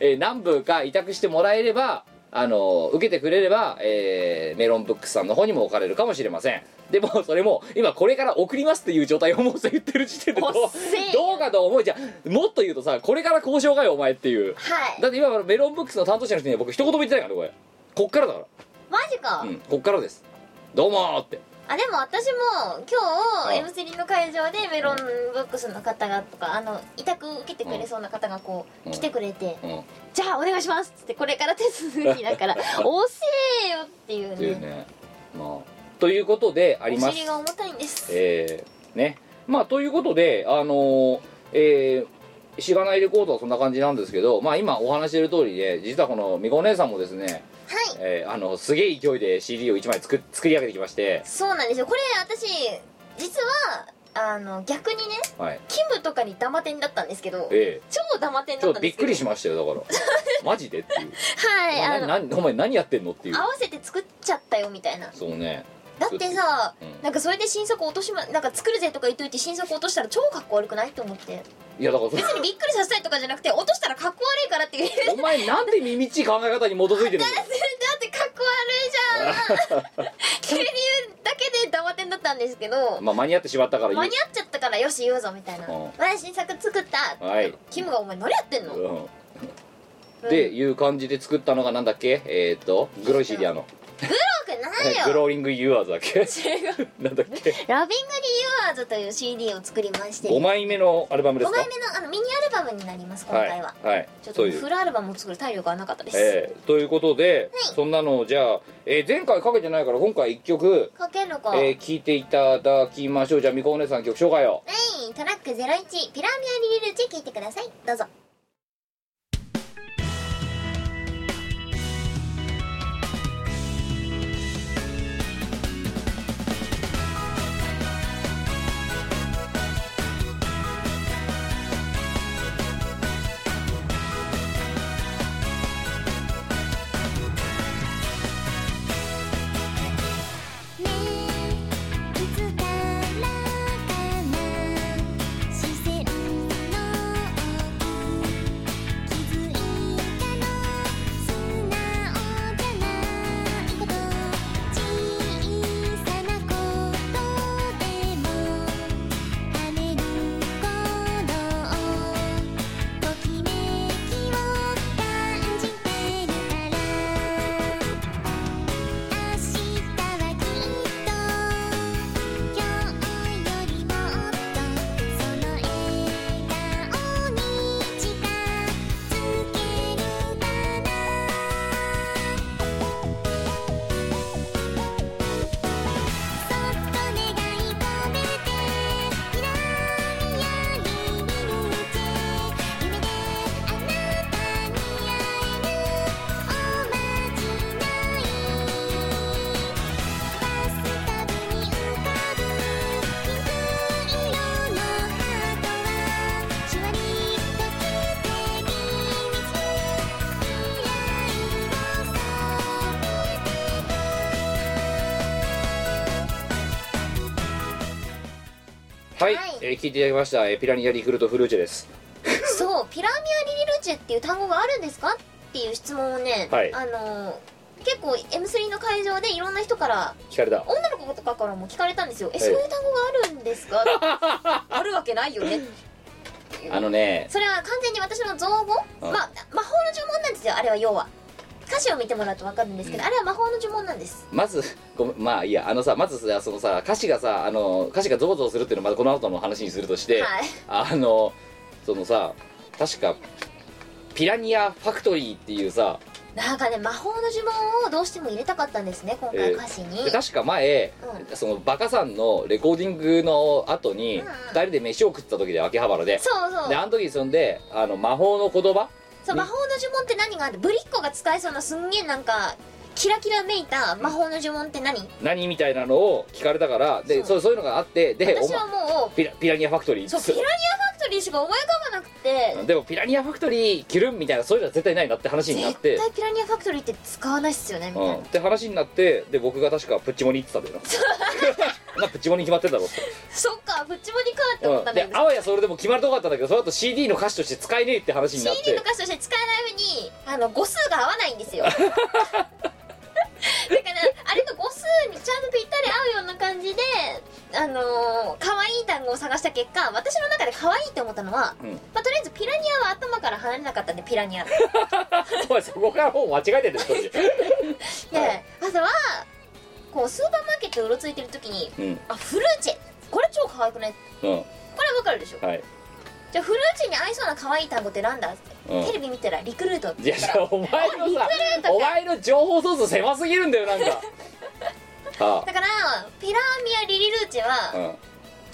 えー何部か委託してもらえればあの受けてくれれば、えーメロンブックスさんの方にも置かれるかもしれませんでもそれも今これから送りますっていう状態をもう言ってる時点でどうおっせえどうかと思いじゃあもっと言うとさこれから交渉かよお前っていうはいだって今メロンブックスの担当者の人には僕一言も言ってないからねこれこっからだか、マジからうん、こっからですどうもーってあでも私も今うん日 M3 の会場でメロンブックスの方がとかあの委託受けてくれそうな方がこううん来てくれてうんっ「じゃあお願いします」っつってこれから手続きだから「おせえよ」っていうていねうねまあということでありおます尻が重たいんですえーねまあということであのーえーしがないレコードはそんな感じなんですけどまあ今お話ししてる通りで実はこのみこお姉さんもですね、はいえーあのすげえ勢いで CD を1枚作作り上げてきましてそうなんですよこれ私実はあの逆にねはいキムとかにダマ点だったんですけどえ超ダマ点ー、だちょっったとんびでっすけどくりしましたよだ [LAUGHS] からマジでっていうはいあなのなお前何やってんのっていう合わせて作っちゃったよみたいなそうねだってさ、うんなんかそれで新作落としまなんか作るぜとか言っといて新作落としたら超かっこ悪くないと思っていやだからそれ別にびっくりさせたいとかじゃなくて落としたらかっこ悪いからっていうだっお前なんで耳っちい考え方に基づいてるんだよてかっこ悪い [LAUGHS] じゃん急に言うだけで黙点だったんですけどまあ間に合ってしまったから言う間に合っちゃったからよし言うぞみたいな「うんわあ新作作った」はいキムが「お前何やってんの?うん」うんでいう感じで作ったのがなんだっけえーっとグロイシリアの黒くないグよローリングユアーズだっけ [LAUGHS] なんだっけラビング・リユアーズという CD を作りまして5枚目のアルバムで5すか枚目のあのミニアルバムになります今回は、はい、はい、ちょっそとういうフルアルバムを作る体力がなかったです、えーということで、はいそんなのをじゃあ、えー前回かけてないから今回1曲、かけるえか、ー聞いていただきましょうじゃあみこお姉さん曲紹介はをい、トラック01、ピラミアリリルチ聞いてください。どうぞ。 「ねえいつからかな」「視線の奥」「気づいたの素直じゃないこと」「小さなことでも跳ねるこのときめきを感じてるから」「明日はきっと今日よりもっとその笑顔に近づけるかな」「そっと願い込めてひらみやりに夢であなたに会えるおまじない」「バスタブに浮かぶピンク色の花」「シュワリと奇跡につ未来を染めてはい、はいえー聞いていただきました、えーピラニアリフルトフルーチェですのピラミア・リリルチェっていう単語があるんですかっていう質問をね、はいあの結構 M3 の会場でいろんな人から聞かれた女の子とかからも聞かれたんですよ「えいそういう単語があるんです [LAUGHS] か? 」あるわけないよねっていうあのねそれは完全に私の造語あまあ魔法の呪文なんですよあれは要は歌詞を見てもらうと分かるんですけど、あれは魔法の呪文なんですまずごめんまあいいやあのさまずさそのさ歌詞がさあの歌詞がゾワゾワするっていうのはまたこの後の話にするとして、はいあのそのさ確かピラニアファクトリーっていうさなんかね魔法の呪文をどうしても入れたかったんですね今え回え歌詞に、で確か前、そのバカさんのレコーディングの後にうんうん2人で飯を食った時で秋葉原でそうそうであの時にそんであの魔法の言葉そう魔法の呪文って何があってブリッコが使えそうなすんげえなんかキラキラめいた魔法の呪文って何何みたいなのを聞かれたからでそそうそういうのがあってでお私前はもピラピラニアファクトリーうそうピラニアファクトリーしか思い浮かばなくてでもピラニアファクトリー着るみたいなそういうのは絶対ないなって話になっ絶て対ピラニアファクトリーって使わないっすよねみうたいな、んって話になってで僕が確かプッチモニ行ってたんだよななプッチモニ [LAUGHS] 決まってんだろってそっかプッチモニかって思ったうんんだでけどあわやそれでも決まるとこだったんだけどその後 CD の歌手として使えねえって話になっ CD ての歌詞として使えない上にあの語数が合わないんです [LAUGHS] よだからあれと語数にちゃんとぴったり合うような感じであのー可愛い単語を探した結果私の中で可愛いって思ったのは、うんまあ、とりあえずピラニアは頭から離れなかったんでピラニ [LAUGHS] アでお前そこから本間違えてるでしょあとはこうスーパーマーケットをうろついてる時に [LAUGHS] うんあフルーチェこれ超可愛くないうんこれわかるでしょはいじゃあフルーチェに合いそうな可愛い単語ってなんだって、うんテレビ見たらリクルートっていやお前のさお前の情報ソース狭すぎるんだよなんかはだからピラミア・リリルーチェは、あ、うん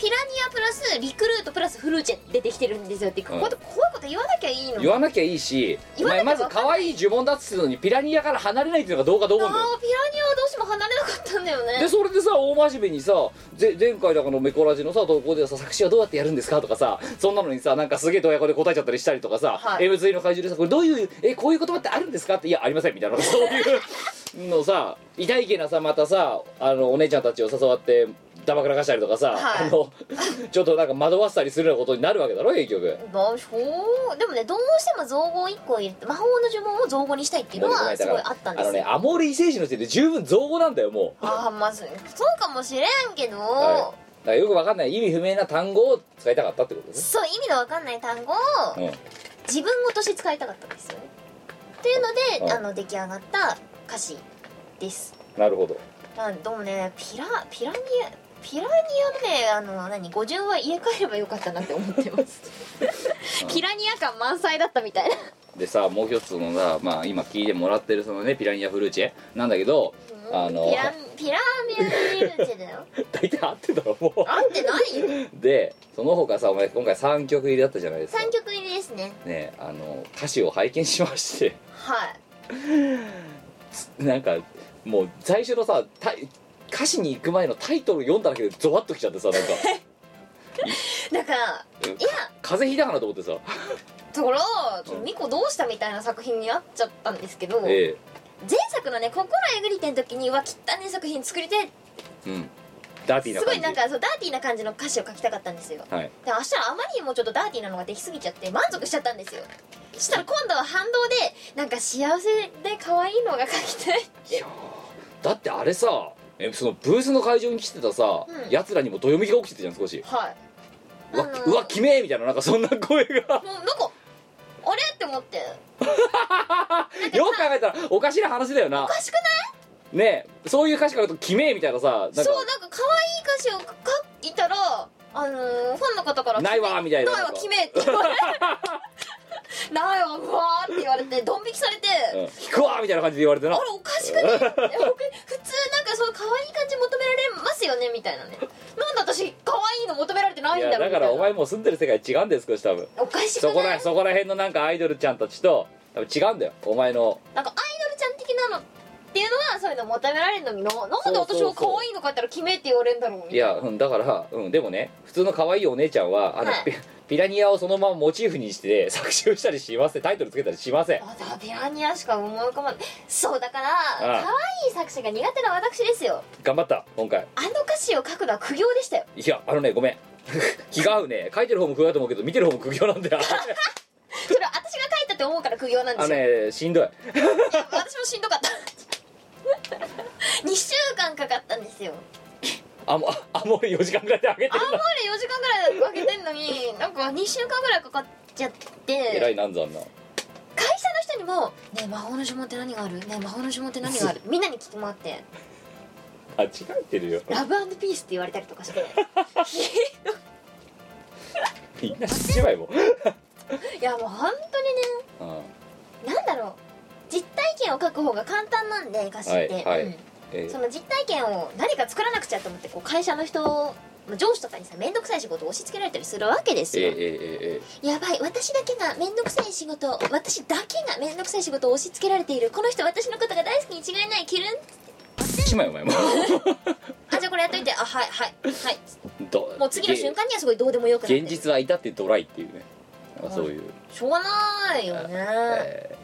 ピラニアプラスリクルートプラスフルーチェ出てきてるんですよって、こういうことこういうこと言わなきゃいいの言わなきゃいいしお言わなきゃ前まず可愛い呪文だっつうのにピラニアから離れないっていうのがどうかと思うんだよあーピラニアはどうしても離れなかったんだよねでそれでさ大真面目にさぜ前回だからのメコラジのさ投稿でさ作詞はどうやってやるんですかとかさそんなのにさなんかすげえドヤ顔で答えちゃったりしたりとかさ、はい M3 の怪獣でさこれどういうえこういう言葉ってあるんですかっていやありませんみたいなそういうのさ痛いけなさまたさあのお姉ちゃんたちを誘ってだまくらかしたりとかさ、はいあのちょっとなんか惑わせたりするようなことになるわけだろ結局まあそうでもねどうしても造語を1個入れて魔法の呪文を造語にしたいっていうのはすごいあったんであのすねよアモール異星人の時点で十分造語なんだよもうああまあそうかもしれんけど、はいだからよくわかんない意味不明な単語を使いたかったってことですそう意味のわかんない単語をね、うん自分語として使いたかったんですよねっていうのではいあの出来上がった歌詞ですなるほどあどうもねピラピラニアピラニアのねあの何語順は家帰ればよかったなって思ってます [LAUGHS] ピラニア感満載だったみたいなでさもう一つのさ、まあ、今聞いてもらってるそのねピラニアフルーチェなんだけどあのピラピラミアルルチェだよ [LAUGHS] 大体合ってたろもあってないようでその他さお前今回3曲入りだったじゃないですか3曲入りですねねあの歌詞を拝見しまして [LAUGHS] はいなんかもう最初のさタイ歌詞に行く前のタイトル読んだだけでゾワッときちゃってさ [LAUGHS] なんかだからうんいや風邪ひいたかなと思ってさところちょっとうんミコどうしたみたいな作品になっちゃったんですけど、え前作のね「心えぐりて」の時には汚ねえ作品作りてええうんダーティーなすご感じいなんかそうダーティーな感じの歌詞を書きたかったんですよはいで明日はあまりにもちょっとダーティーなのができすぎちゃって満足しちゃったんですよそしたら今度は反動でなんか幸せで可愛いのが書きたいってだってあれさえそのブースの会場に来てたさ、うんやつらにもどよめきが起きてたじゃん少しはいうわあのーうわきめえみたいななんかそんな声がもうなんかあれって思ってよく考えたらおかしな話だよなおかしくないねえそういう歌詞からときめえみたいなさなんかそうなんか可愛い歌詞を書いたらあのーファンの方から「ないわみたいなないわなんか決め」って言われ「 [LAUGHS] ないわうわ」って言われてドン引きされて、うん引くわみたいな感じで言われてなあれおかしくねえ僕普通なんかそういう可愛い感じ求められますよねみたいなねなんで私可愛いの求められてないいんだやろうだみたかいならお前もう住んでる世界違うんです少し多分おかしくそこならいそこら辺のなんかアイドルちゃんたちと多分違うんだよお前のなんかアイドルちゃん的なのっていうのはそういうの求められるのにななんで私そうそをうそう可愛いの書いたら決めって言われるんだろうみたいいなや、うん、だから、うん、でもね普通の可愛いお姉ちゃんはあの、はいピピラニアをそのままモチーフにして [LAUGHS] 作詞をしたりしませんタイトルつけたりしませんあだからピラニアしか思い浮かばないそうだから可ああ愛い作詞が苦手な私ですよ頑張った今回あの歌詞を書くのは苦行でしたよ [LAUGHS] いやあのねごめん気が合うね書いてる方も苦行だと思うけど見てる方も苦行なんだよそれは私が書いたって思うから苦行なんであすよ、ねしんどい私もしんどかった2週間かかったんですよあもあもう4時間ぐらいで上げてあんるまり4時間ぐらいかけてんのになんか2週間ぐらいかかっちゃっえらてい難産な会社の人にも「ねえ魔法の呪文って何があるねえ魔法の呪文って何があ [LAUGHS] る?」みんなに聞き回ってあ違ってるよ「ラブピース」って言われたりとかしてみんな死んじまえもう、いやもう本当にねうん、なんだろう実体験を書く方が簡単なんで歌詞って、はいはいうんえその実体験を何か作らなくちゃと思ってこう会社の人まあ上司とかにさ面倒くさい仕事を押し付けられたりするわけですええよ、ええやばい私だけが面倒くさい仕事を私だけが面倒くさい仕事を押し付けられているこの人私のことが大好きに違いないキルンえしまえお [LAUGHS] 前もあじゃあこれやっといてあはいはいはいどもう次の瞬間にはすごいどうでもよくなってる現実は至ってドライっていうねなんかそういう、しょうがないよね、えー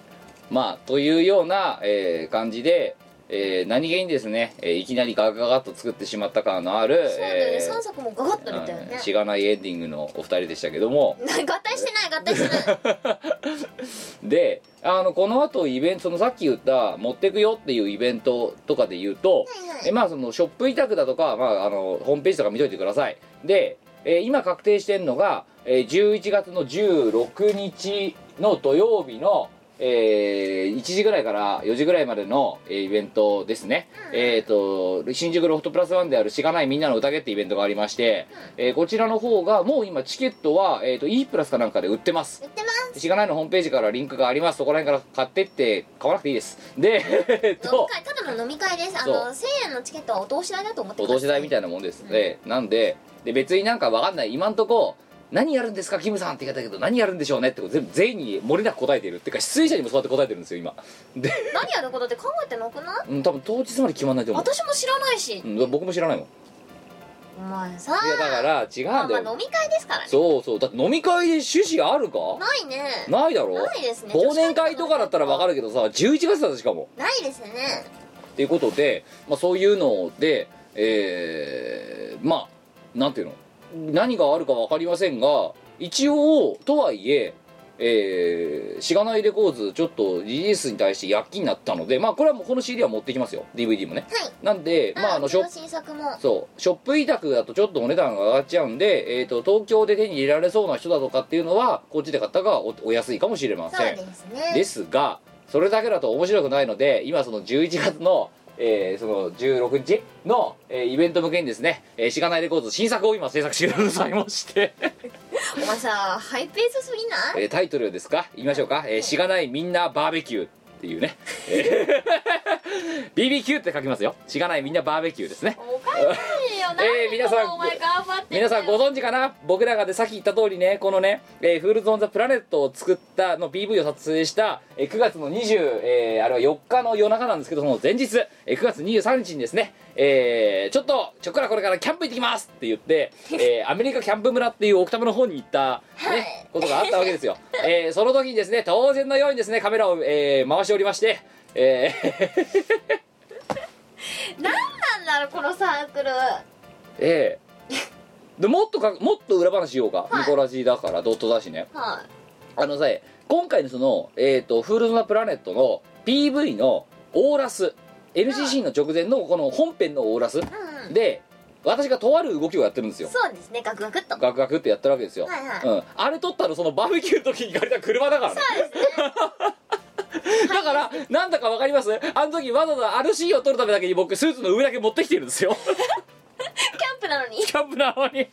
まあというような、えー感じで、えー何気にですね、えーいきなりガガガガッと作ってしまった感のあるそうなんだよね、えー三作もガガッと出たようねんしがないエンディングのお二人でしたけども [LAUGHS] 合体してない合体して [LAUGHS] ないであのこの後イベントそのさっき言った「持ってくよ」っていうイベントとかで言うと、えまあそのショップ委託だとか、まあ、あのホームページとか見といてくださいで、えー今確定してるのが、えー11月の16日の土曜日の、えー1時ぐらいから4時ぐらいまでの、えーイベントですね、えっ、と新宿ロフトプラスワンである「しがないみんなの宴」ってイベントがありまして、えーこちらの方がもう今チケットは、えー、と E プラスかなんかで売ってます言ってますしがないのホームページからリンクがありますそこら辺から買ってって買わなくていいですでえっ飲みと会ただの飲み会ですあそうの1000円のチケットはお通し代だと思っておくださ年代みたいなもんです、ねなんでで別になんかわかんない今んとこ何やるんですかキムさんって言われたけど何やるんでしょうねってこと全部全員に漏れなく答えてるってか出演者にもそうやって答えてるんですよ今、何やることって考えてなくないうん、多分当日まで決まんないと思う、私も知らないしうん、僕も知らないもんいお前さやだから違まうあんだまあよ、飲み会ですからねそうそうだって飲み会で趣旨あるかないねないだろないですね忘年会とかだったらわかるけどさ11月だぞしかもないですねっていうことで、まあ、そういうので、えーまあなんていうの何があるか分かりませんが一応とはいええーしがないレコーズちょっとリリースに対して躍起になったのでまあこれはもうこの CD は持ってきますよ DVD もねはいなんでまああのうちショップ新作もそうショップ委託だとちょっとお値段が上がっちゃうんで、えー、と東京で手に入れられそうな人だとかっていうのはこっちで買ったがおお安いかもしれまそうせんですねですがそれだけだと面白くないので今その11月の、えーその16日の、えーイベント向けにですね、えー、しがないレコード新作を今制作してくださいまして、お前さハイペースすぎないえータイトルですか言いましょうか、えーしがないみんなバーベキューっていうね、えー [LAUGHS] BBQ って書きますよしがないみんなバーベキューですねおかしいよなえー皆さんお前頑張って皆さんご存知かな僕らがでさっき言った通りねこのね「えー、フールズ・オン・ザ・プラネット」を作ったの PV を撮影した、えー9月の20、えーあれは4日の夜中なんですけどその前日、えー9月23日にですね、えーちょっとちょっからこれからキャンプ行ってきますって [LAUGHS] 言って、えーアメリカキャンプ村っていう奥多摩の方に行った、ねことがあったわけですよ、えーその時にですね当然のようにですねカメラを、えー回しておりまして、えーなんだろうこのサークルえーでもっとかもっと裏話しようか、はいニコラジだからドットだしねはあのさ今回のその、えーと「フールズ・オンザ・プラネット」の PV のオーラス NCC の直前のこの本編のオーラスいうんで私がとある動きをやってるんですよそうですねガクガクっとガクガクってやってるわけですよ、はいはいうん、あれ撮ったのそのバーベキューの時に借りた車だからねそうですね [LAUGHS] だからなんだかわかりますあの時わざわざあるシーンを撮るためだけに僕スーツの上だけ持ってきてるんですよキャンプなのにキャンプなのに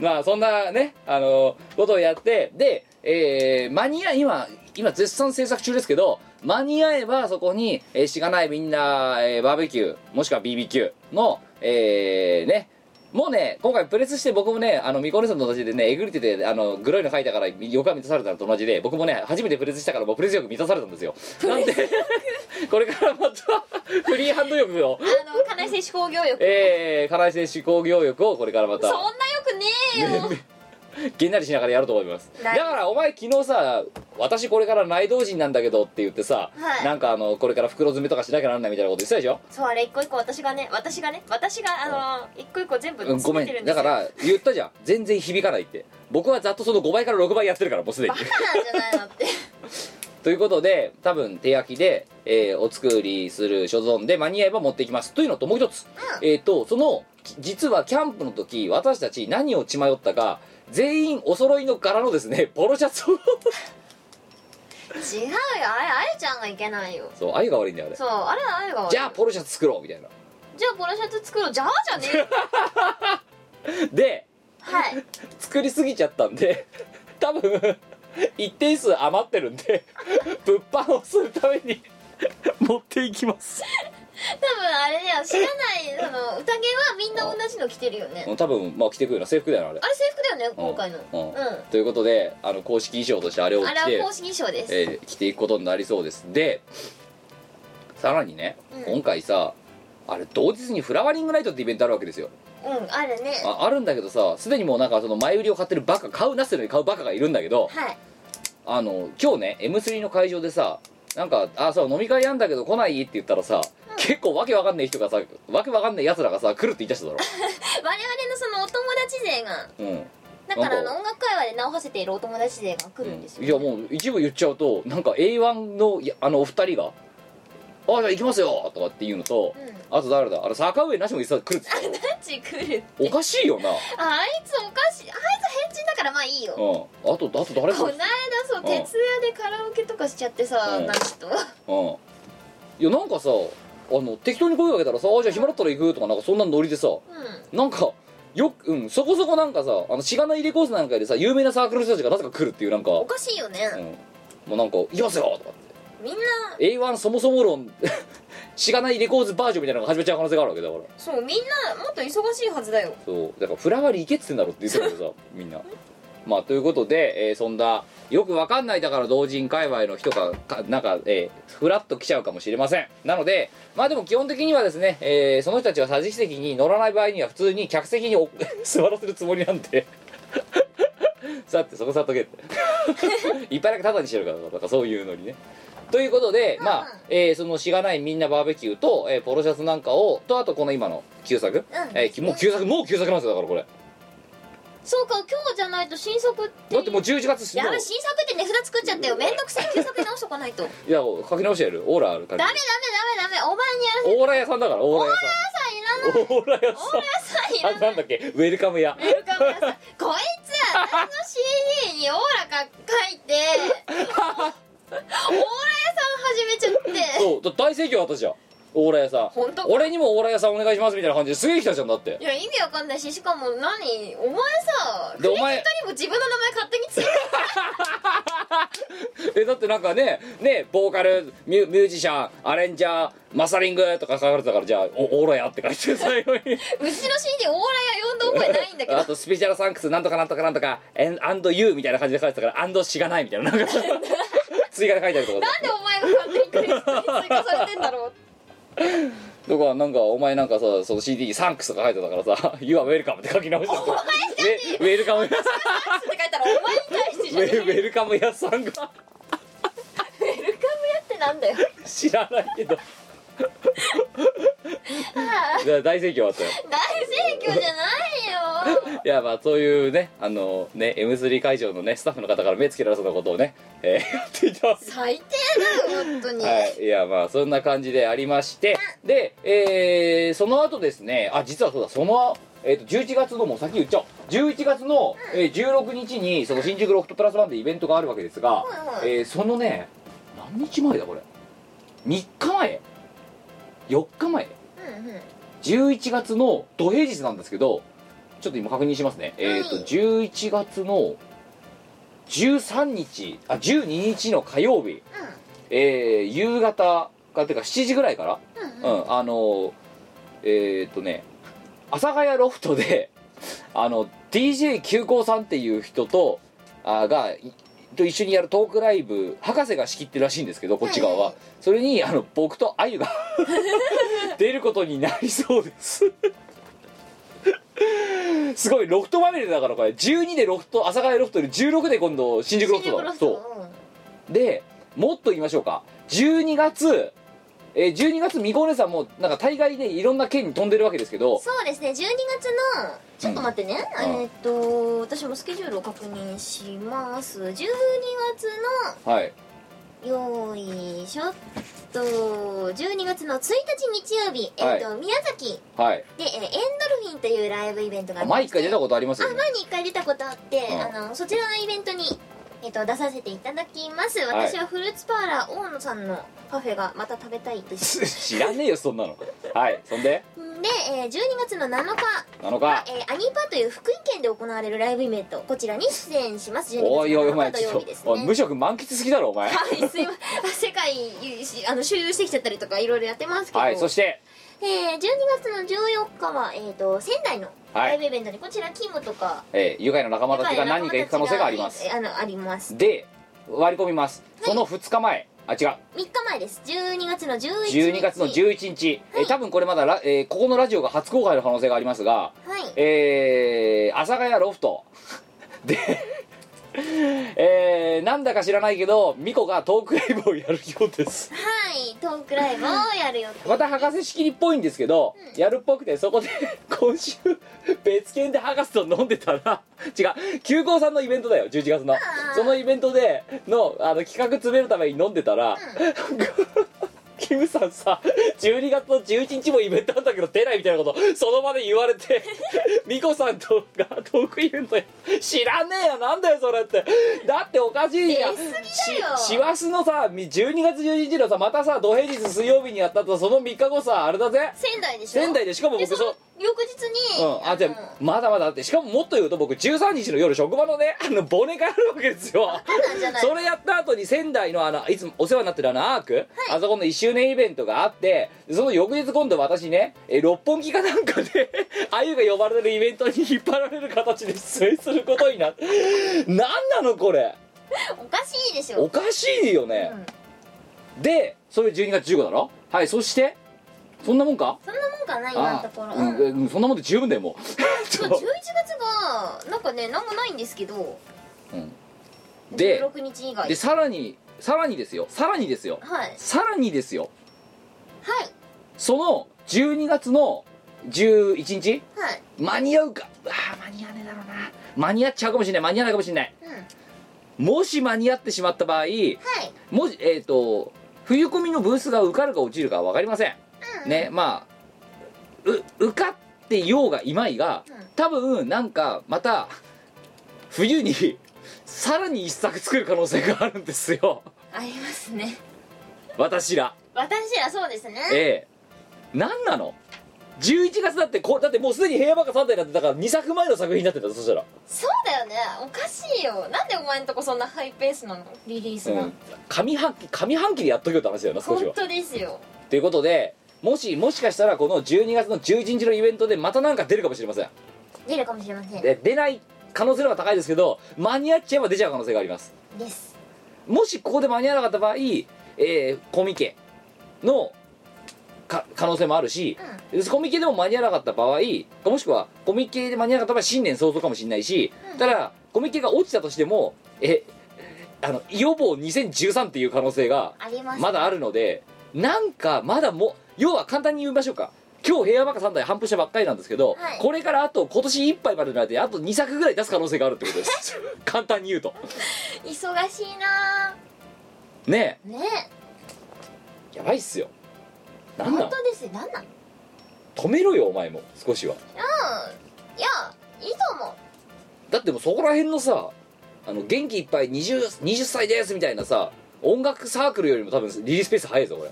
まあそんなねあのことをやってで、えー間に合い今今絶賛制作中ですけど間に合えばそこに、えーしがないみんな、えーバーベキューもしくは BBQ のえーねもうね今回プレスして僕もねあのミコネさんと同じでねえぐれててあのグロいの書いたから欲が満たされたのと同じで僕もね初めてプレスしたからもうプレス欲満たされたんですよなんでこれからまたフリーハンド欲をあの金井選手工業力えー、金井選手工業欲をこれからまそんたな [LAUGHS] よくねえよげんなりしながらやると思いますだなかいらお前昨日さ私これから内道人なんだけど」って言ってさ、はいなんかあのこれから袋詰めとかしなきゃなんないみたいなこと言ってたでしょそうあれ一個一個私がね私がね私があのー一個一個全部うんご詰めめてるんんでだすよから言ったじゃん全然響かないって僕はざっとその5倍から6倍やってるからもうすでにバカなんじゃないのってということで多分手焼きで、えーお作りする所存で間に合えば持っていきますというのともう一つ、えっ、とそのき実はキャンプの時私たち何を血迷ったか全員お揃いの柄のですねポ [LAUGHS] ロシャツを違うよあれあゆちゃんがいけないよそうあゆが悪いんだよあれそうあれあゆが悪いじゃあポロシャツ作ろうみたいなじゃあポロシャツ作ろうじゃあじゃねえよ [LAUGHS] ではい作りすぎちゃったんで [LAUGHS] 多分一定数余ってるんで [LAUGHS] 物販をするために [LAUGHS] 持っていきます多分あれだよ知らな [LAUGHS] いその宴はみんな同じの着てるよね多分まあ着てくるような制服だよなあれあれ制服だよね今回のうんうということであの公式衣装としてあれをん着あてれは公式衣装ですえー着ていくことになりそうですでさらにね、うん今回さあれ同日にフラワリングナイトってイベントあるわけですようんあるねああるんだけどさすでにもうなんかその前売りを買ってるバカ買うなってるのに買うバカがいるんだけどはいあの今日ね M3 の会場でさなんか「あそう飲み会やんだけど来ない?」って言ったらさ、結構わけわかんない人がさわけわかんないやつらがさ来るって言い出しただろ我々のそのお友達勢がうんだからあなんのか音楽会話で直させているお友達勢が来るんですよ、いやもう一部言っちゃうとなんか A1 のいやあのお二人が「あじゃあ行きますよ!」とかっていうのと、うあと誰だあれ坂上なしも言ってた来るっつってたよタッチ来るおかしいよなああいつおかしいあいつ変人だからまあいいよこうんあとあと誰かの間そううん徹夜でカラオケとかしちゃってさあうんんな人うんいやなんかさあの適当に声かけたらさ「あじゃあ暇だったら行く」とかなんかそんなノリでさうなんかよくうんそこそこなんかさあのしがないレコースなんかでさ有名なサークルの人たちがなぜか来るっていうなんかんおかしいよね、うんもうなんか「行きますよ!」とかってみんな A1 そもそも論 [LAUGHS] しがないレコーズバージョンみたいなのが始めちゃう可能性があるわけだからそうみんなもっと忙しいはずだよそうだからフラワーリー行けっつってんだろって言ってたけどさみんなまあということで、えーそんなよくわかんないだから同人界隈の人がかなんか、えーフラッと来ちゃうかもしれませんなのでまあでも基本的にはですね、えーその人たちは桟敷席に乗らない場合には普通に客席にお [LAUGHS] 座らせるつもりなんで [LAUGHS] さてそこ座っとけって [LAUGHS] いっぱいだけタダにしてるからとかそういうのにねということで、まあ、えーそのしがないみんなバーベキューと、えーポロシャツなんかをとあとこの今の旧作、えーきもう旧作もう旧作なんですよだからこれそうか今日じゃないと新作ってだってもう11月やもべう新作って値札作っちゃったよめんどくさい旧作直しとかない [LAUGHS] とダメいや書き直してやるオーラあるからダメダメダメお前にやらせオーラ屋さんだからオーラ屋たいらないさんオーラ屋オーラさんいさらんあないなんだっけウェルカム屋ウェルカム屋さんこいつ私の CD にオーラが書いて [LAUGHS] オーラ屋さん始めちゃってそうだ大盛況あったじゃんオーラ屋さん本当俺にもオーラ屋さんお願いしますみたいな感じですげえ来たじゃんだっていや意味わかんないししかも何お前さでお前他にも自分の名前勝手につけて [LAUGHS] えだってなんかねねボーカルミュミュージシャンアレンジャーマサリングとか書かれてたからじゃあおオーラ屋って書いて最後にうちの CD オーラ屋呼んだ覚えないんだけどあとスペシャルサンクスなんとかなんとかなんとかエンアンドユーみたいな感じで書いてたからアンドしがないみたいな [LAUGHS] なんか追加で書いてあるとかなんでお前が勝手にクレジットに追加されてんだろうだからなんかお前なんかさその CD にサンクスとか書いてたからさ「You [LAUGHS] are welcome」って書き直したとウェウェルカム屋って書いたらお前に対してじゃねえウェウェルカム屋さんが [LAUGHS] ウェルカム屋ってなんだよ知らないけどだかああら大盛況あったよ大盛況じゃないよいやまあそういうねあのね M3 会場のねスタッフの方から目つけられそうなことをね、えーやっていたわけ最低だよ本当に、はい、いやまあそんな感じでありましてで、えーその後ですねあ実はそうだその、えー、と11月のもう先言っちゃおう11月の、えー16日にその新宿ロフトプラスワンでイベントがあるわけですが、うんうんえーそのね何日前だこれ3日前4日前うんうん11月の土平日なんですけどちょっと今確認しますね、えっ、と11月の13日あ12日の火曜日、えー夕方かてか7時ぐらいからうん、あのーえーっとね阿佐ヶ谷ロフトで [LAUGHS] あの DJ 急行さんっていう人とあーがいと一緒にやるトークライブ博士が仕切ってるらしいんですけどこっち側は、それにあの僕とあ [LAUGHS] ゆが出ることになりそうですすごいロフトまみれだからこれ12でロフト阿佐ヶ谷ロフトで16で今度新宿ロフトシだルクロそううんでもっと言いましょうか12月えー12月みこお姉さんもなんか大概ねいろんな県に飛んでるわけですけどそうですね12月のちょっと待ってね、うんえーっと私もスケジュールを確認します12月はいのよいしょっと12月の1日日曜日、えーっと宮崎はいで、えーエンドルフィンというライブイベントがありま前し一て回出たことありますあよね前に一回出たことあって、うんあのそちらのイベントに、えっと出させていただきますはい私はフルーツパーラー大野さんのパフェがまた食べたいです知らねえよそんなのはいそんでで、えー12月の7日7は日、えーアニーパーという福井県で行われるライブイベントこちらに出演します12お月いおいおの7前日土ちょ曜っ日ですとおい無ね職満喫好きだろお前 [LAUGHS] はいすいません世界 [LAUGHS] あの周遊してきちゃったりとかいろいろやってますけど、はいそしてえー12月の14日は、えー、と仙台のライブイベントにこちらキムとか、えー、愉快な仲間たちが何人か行く可能性がありまえすーあのありますで割り込みますその2日前あ違う3日前です12月の11日12月の11日、えー多分これまだラ、えーここのラジオが初公開の可能性がありますがはいえー、阿佐ヶ谷ロフトでえー、なんだか知らないけどミコがトークライブをやるようですはいトークライブをや [LAUGHS] るよまた博士式りっぽいんですけど、やるっぽくてそこで [LAUGHS] 今週別件で博士と飲んでたら [LAUGHS] 違う急行さんのイベントだよ11月のそのイベントでのあの企画詰めるために飲んでたら、 [LAUGHS] キムさんさ12月の11日もイベントあったけど出ないみたいなことその場で言われて [LAUGHS] ミコさんとがトークイベントや知らねえよなんだよそれってだっておかしいじゃん出すぎだよし師走のさみ12月11日のさまたさ土平日水曜日にやったとその3日後さあれだぜ仙台でしょ仙台でしかもで僕そそうの翌日うに、ん、あじゃあのまだまだあってしかももっと言うと僕13日の夜職場のねあの忘年会あるわけですよなんじゃないそれやった後に仙台のあのいつもお世話になってるあのアーク、あそこの1周年イベントがあってその翌日今度私ねえ六本木かなんかで [LAUGHS] あゆが呼ばれるイベントに引っ張られる形で出演することになって何なのこれおかしいでしょおかしいよね、でそれ12月15だろはいそしてそんなもんかそんなもんかな今のあところ、ううんんうんそんなもんで十分だよもう [LAUGHS] そう11月がなんかねなんもないんですけどで16日以外でさらにさらにですよさらにですよはいさらにですよはいその12月の11日はい間に合うかうわー間に合わねえだろうな間に合っちゃうかもしれない間に合わないかもしれないうんはいもし間に合ってしまった場合もしえっ、と冬込みのブースが受かるか落ちるかは分かりません、うんねまあう受かってようがいまいがうん多分なんかまた冬にさらに一作作る可能性があるんで [LAUGHS] すよありますね私ら私らそうですねええ何なの11月だってこだってもうすでに平和が3体になってたから2作前の作品になってたそしたらそうだよねおかしいよなんでお前んとこそんなハイペースなのリリースが、うん上半期上半期でやっとけよって話だよな少し本は当ですよということでもしもしかしたらこの12月の11日のイベントでまたなんか出るかもしれません出るかもしれませんで出ない可能性の方が高いですけど間に合っちゃえば出ちゃう可能性がありますですもしここで間に合わなかった場合、えーコミケのか可能性もあるし、コミケでも間に合わなかった場合もしくはコミケで間に合わなかった場合新年早々かもしれないし、ただコミケが落ちたとしてもえあの予防2013っていう可能性がありますまだあるのでなんかまだも要は簡単に言いましょうか今日平和バカ3台反復したばっかりなんですけど、はいこれからあと今年いっぱいまでの間であと2作ぐらい出す可能性があるってことです [LAUGHS] 簡単に言うと忙しいなねぁねえやばいっすよなんな本ん当ですよなんなんうん止めろよお前も少しはいやいいと思うだってもうそこら辺のさあの元気いっぱい 20, 20歳ですみたいなさ音楽サークルよりも多分リリースペース早いぞこれ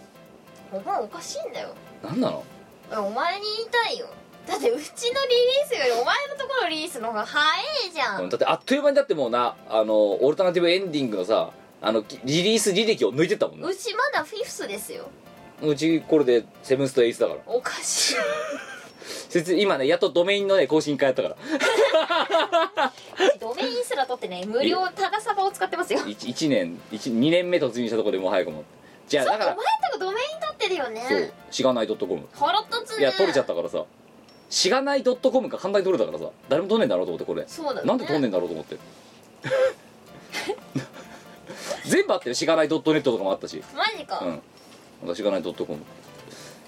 お前おかしいんだよなんなのお前に言いたいよだってうちのリリースよりお前のところのリリースの方が早いじゃんだってあっという間にだってもうなあのオルタナティブエンディングのさあのきリリース履歴を抜いてったもんなうちまだフィフスですようちこれでセブンスとエイスだからおか [LAUGHS] しい説今ねやっとドメインのね更新会やったからドメインすら取ってね無料タダサバを使ってますよ 1, 年一2年目突入したところでもう早くもじゃあそうだお前んからとこドメイン取ってるよねそうしがない .com 腹立つねいや取れちゃったからさしがない .com が簡単に取れたからさ誰も取んねえんだろうと思ってこれそうだねなんで取んねえんだろうと思って全部あってるしがない .net とかもあったしマジか、うん私がない .com、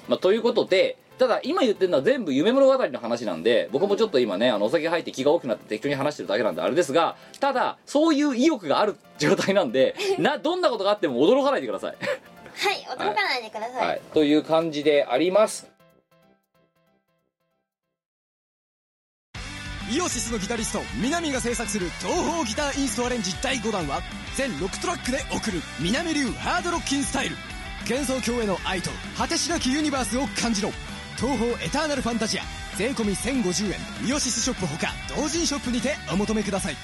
まあ、ということでただ今言ってるのは全部夢物語の話なんで僕もちょっと今ねあのお酒入って気が大きくなって適当に話してるだけなんであれですがただそういう意欲がある状態なん [LAUGHS] でなどんなことがあっても驚かないでください、はい驚かないでください、はい、という感じでありますイオシスのギタリスト南が制作する東方ギターインストアレンジ第5弾は全6トラックで送る南流ハードロッキンスタイル幻想郷への愛と果てしなきユニバースを感じろ東方エターナルファンタジア税込み1050円イオシスショップほか同人ショップにてお求めください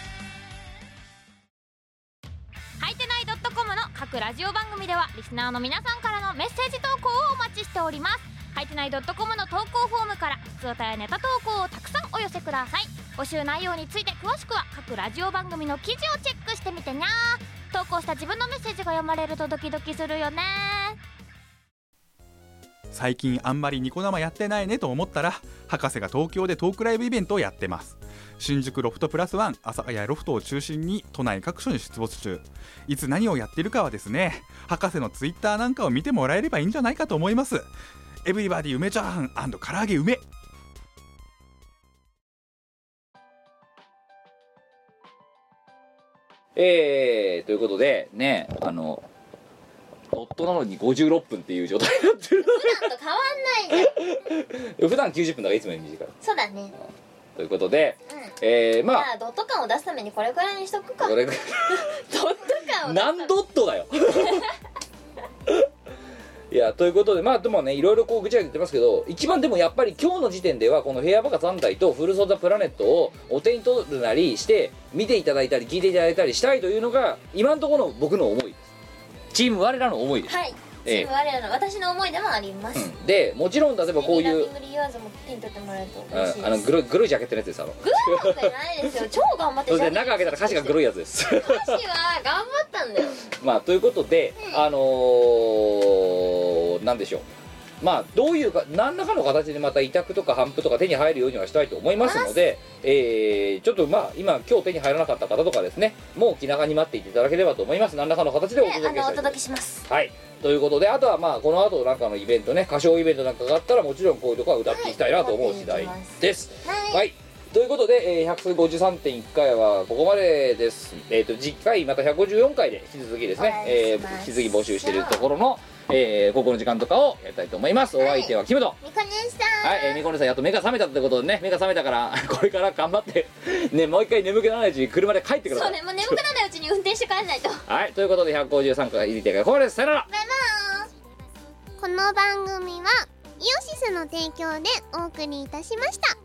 はいてない .com の各ラジオ番組ではリスナーの皆さんからのメッセージ投稿をお待ちしておりますはいてない .com の投稿フォームから普通歌やネタ投稿をたくさんお寄せください募集内容について詳しくは各ラジオ番組の記事をチェックしてみてにゃー投稿した自分のメッセージが読まれるとドキドキするよね最近あんまりニコ生やってないねと思ったら博士が東京でトークライブイベントをやってます新宿ロフトプラスワン朝早ロフトを中心に都内各所に出没中いつ何をやってるかはですね博士のツイッターなんかを見てもらえればいいんじゃないかと思いますエブリバディ梅チャーハン唐揚げ梅えー、ということでねあのドットなのに56分っていう状態になってる普段と変わんないじゃ [LAUGHS] ん普段90分だからいつもより短いそうだねということで、うんえー、じまゃあドット感を出すためにこれくらいにしとくあかドッど [LAUGHS] れぐらいト感を出す何ドットだよいやということでまあでもねいろいろこうぐちゃぐちゃ言ってますけど一番でもやっぱり今日の時点ではこの「ヘアバカ3体」と「フルソーダプラネット」をお手に取るなりして見ていただいたり聞いていただいたりしたいというのが今のところの僕の思いですチーム我らの思いです、はいチええーム我らの私の思いでもあります、うんでもちろん例えばこういうランキングリユアーズも手に取ってもらえると嬉しいですああのグログロいジャケットのやつですあのグーなんてないですよ超頑張ってそれで中開けたら歌詞がグロいいやつです歌詞は頑張ったんだよまあということで、あのーなんでしょうまあどういうか何らかの形でまた委託とか反布とか手に入るようにはしたいと思いますので、えーちょっとまあ今今日手に入らなかった方とかですねもう気長に待っていていただければと思います何らかの形でおであ届けのしおたいと思いま届すけしますはいということであとはまあこの後なんかのイベントね歌唱イベントなんかがあったらもちろんこういうとこは歌っていきたいなと思う次第です、はい、はい。ということで、えー、153.1回はここまでです。えっ、と、次回、また154回で引き続きですおね、願えいしますー引き続き募集しているところの、えー、ここの時間とかをやりたいと思います。お相手はキムと。みこねえさん、はい、えー、みこねさん、やっと目が覚めたってことでね、目が覚めたから、 [LAUGHS] これから頑張って、ね、もう一回眠くならないうちに車で帰ってくだそさうい。ねもう眠くならないうちに運転して帰んないとバイはい、ということで、153回、いりてがここまでです。さよならバーイこの番組はイオシスの提供でお送りいたしました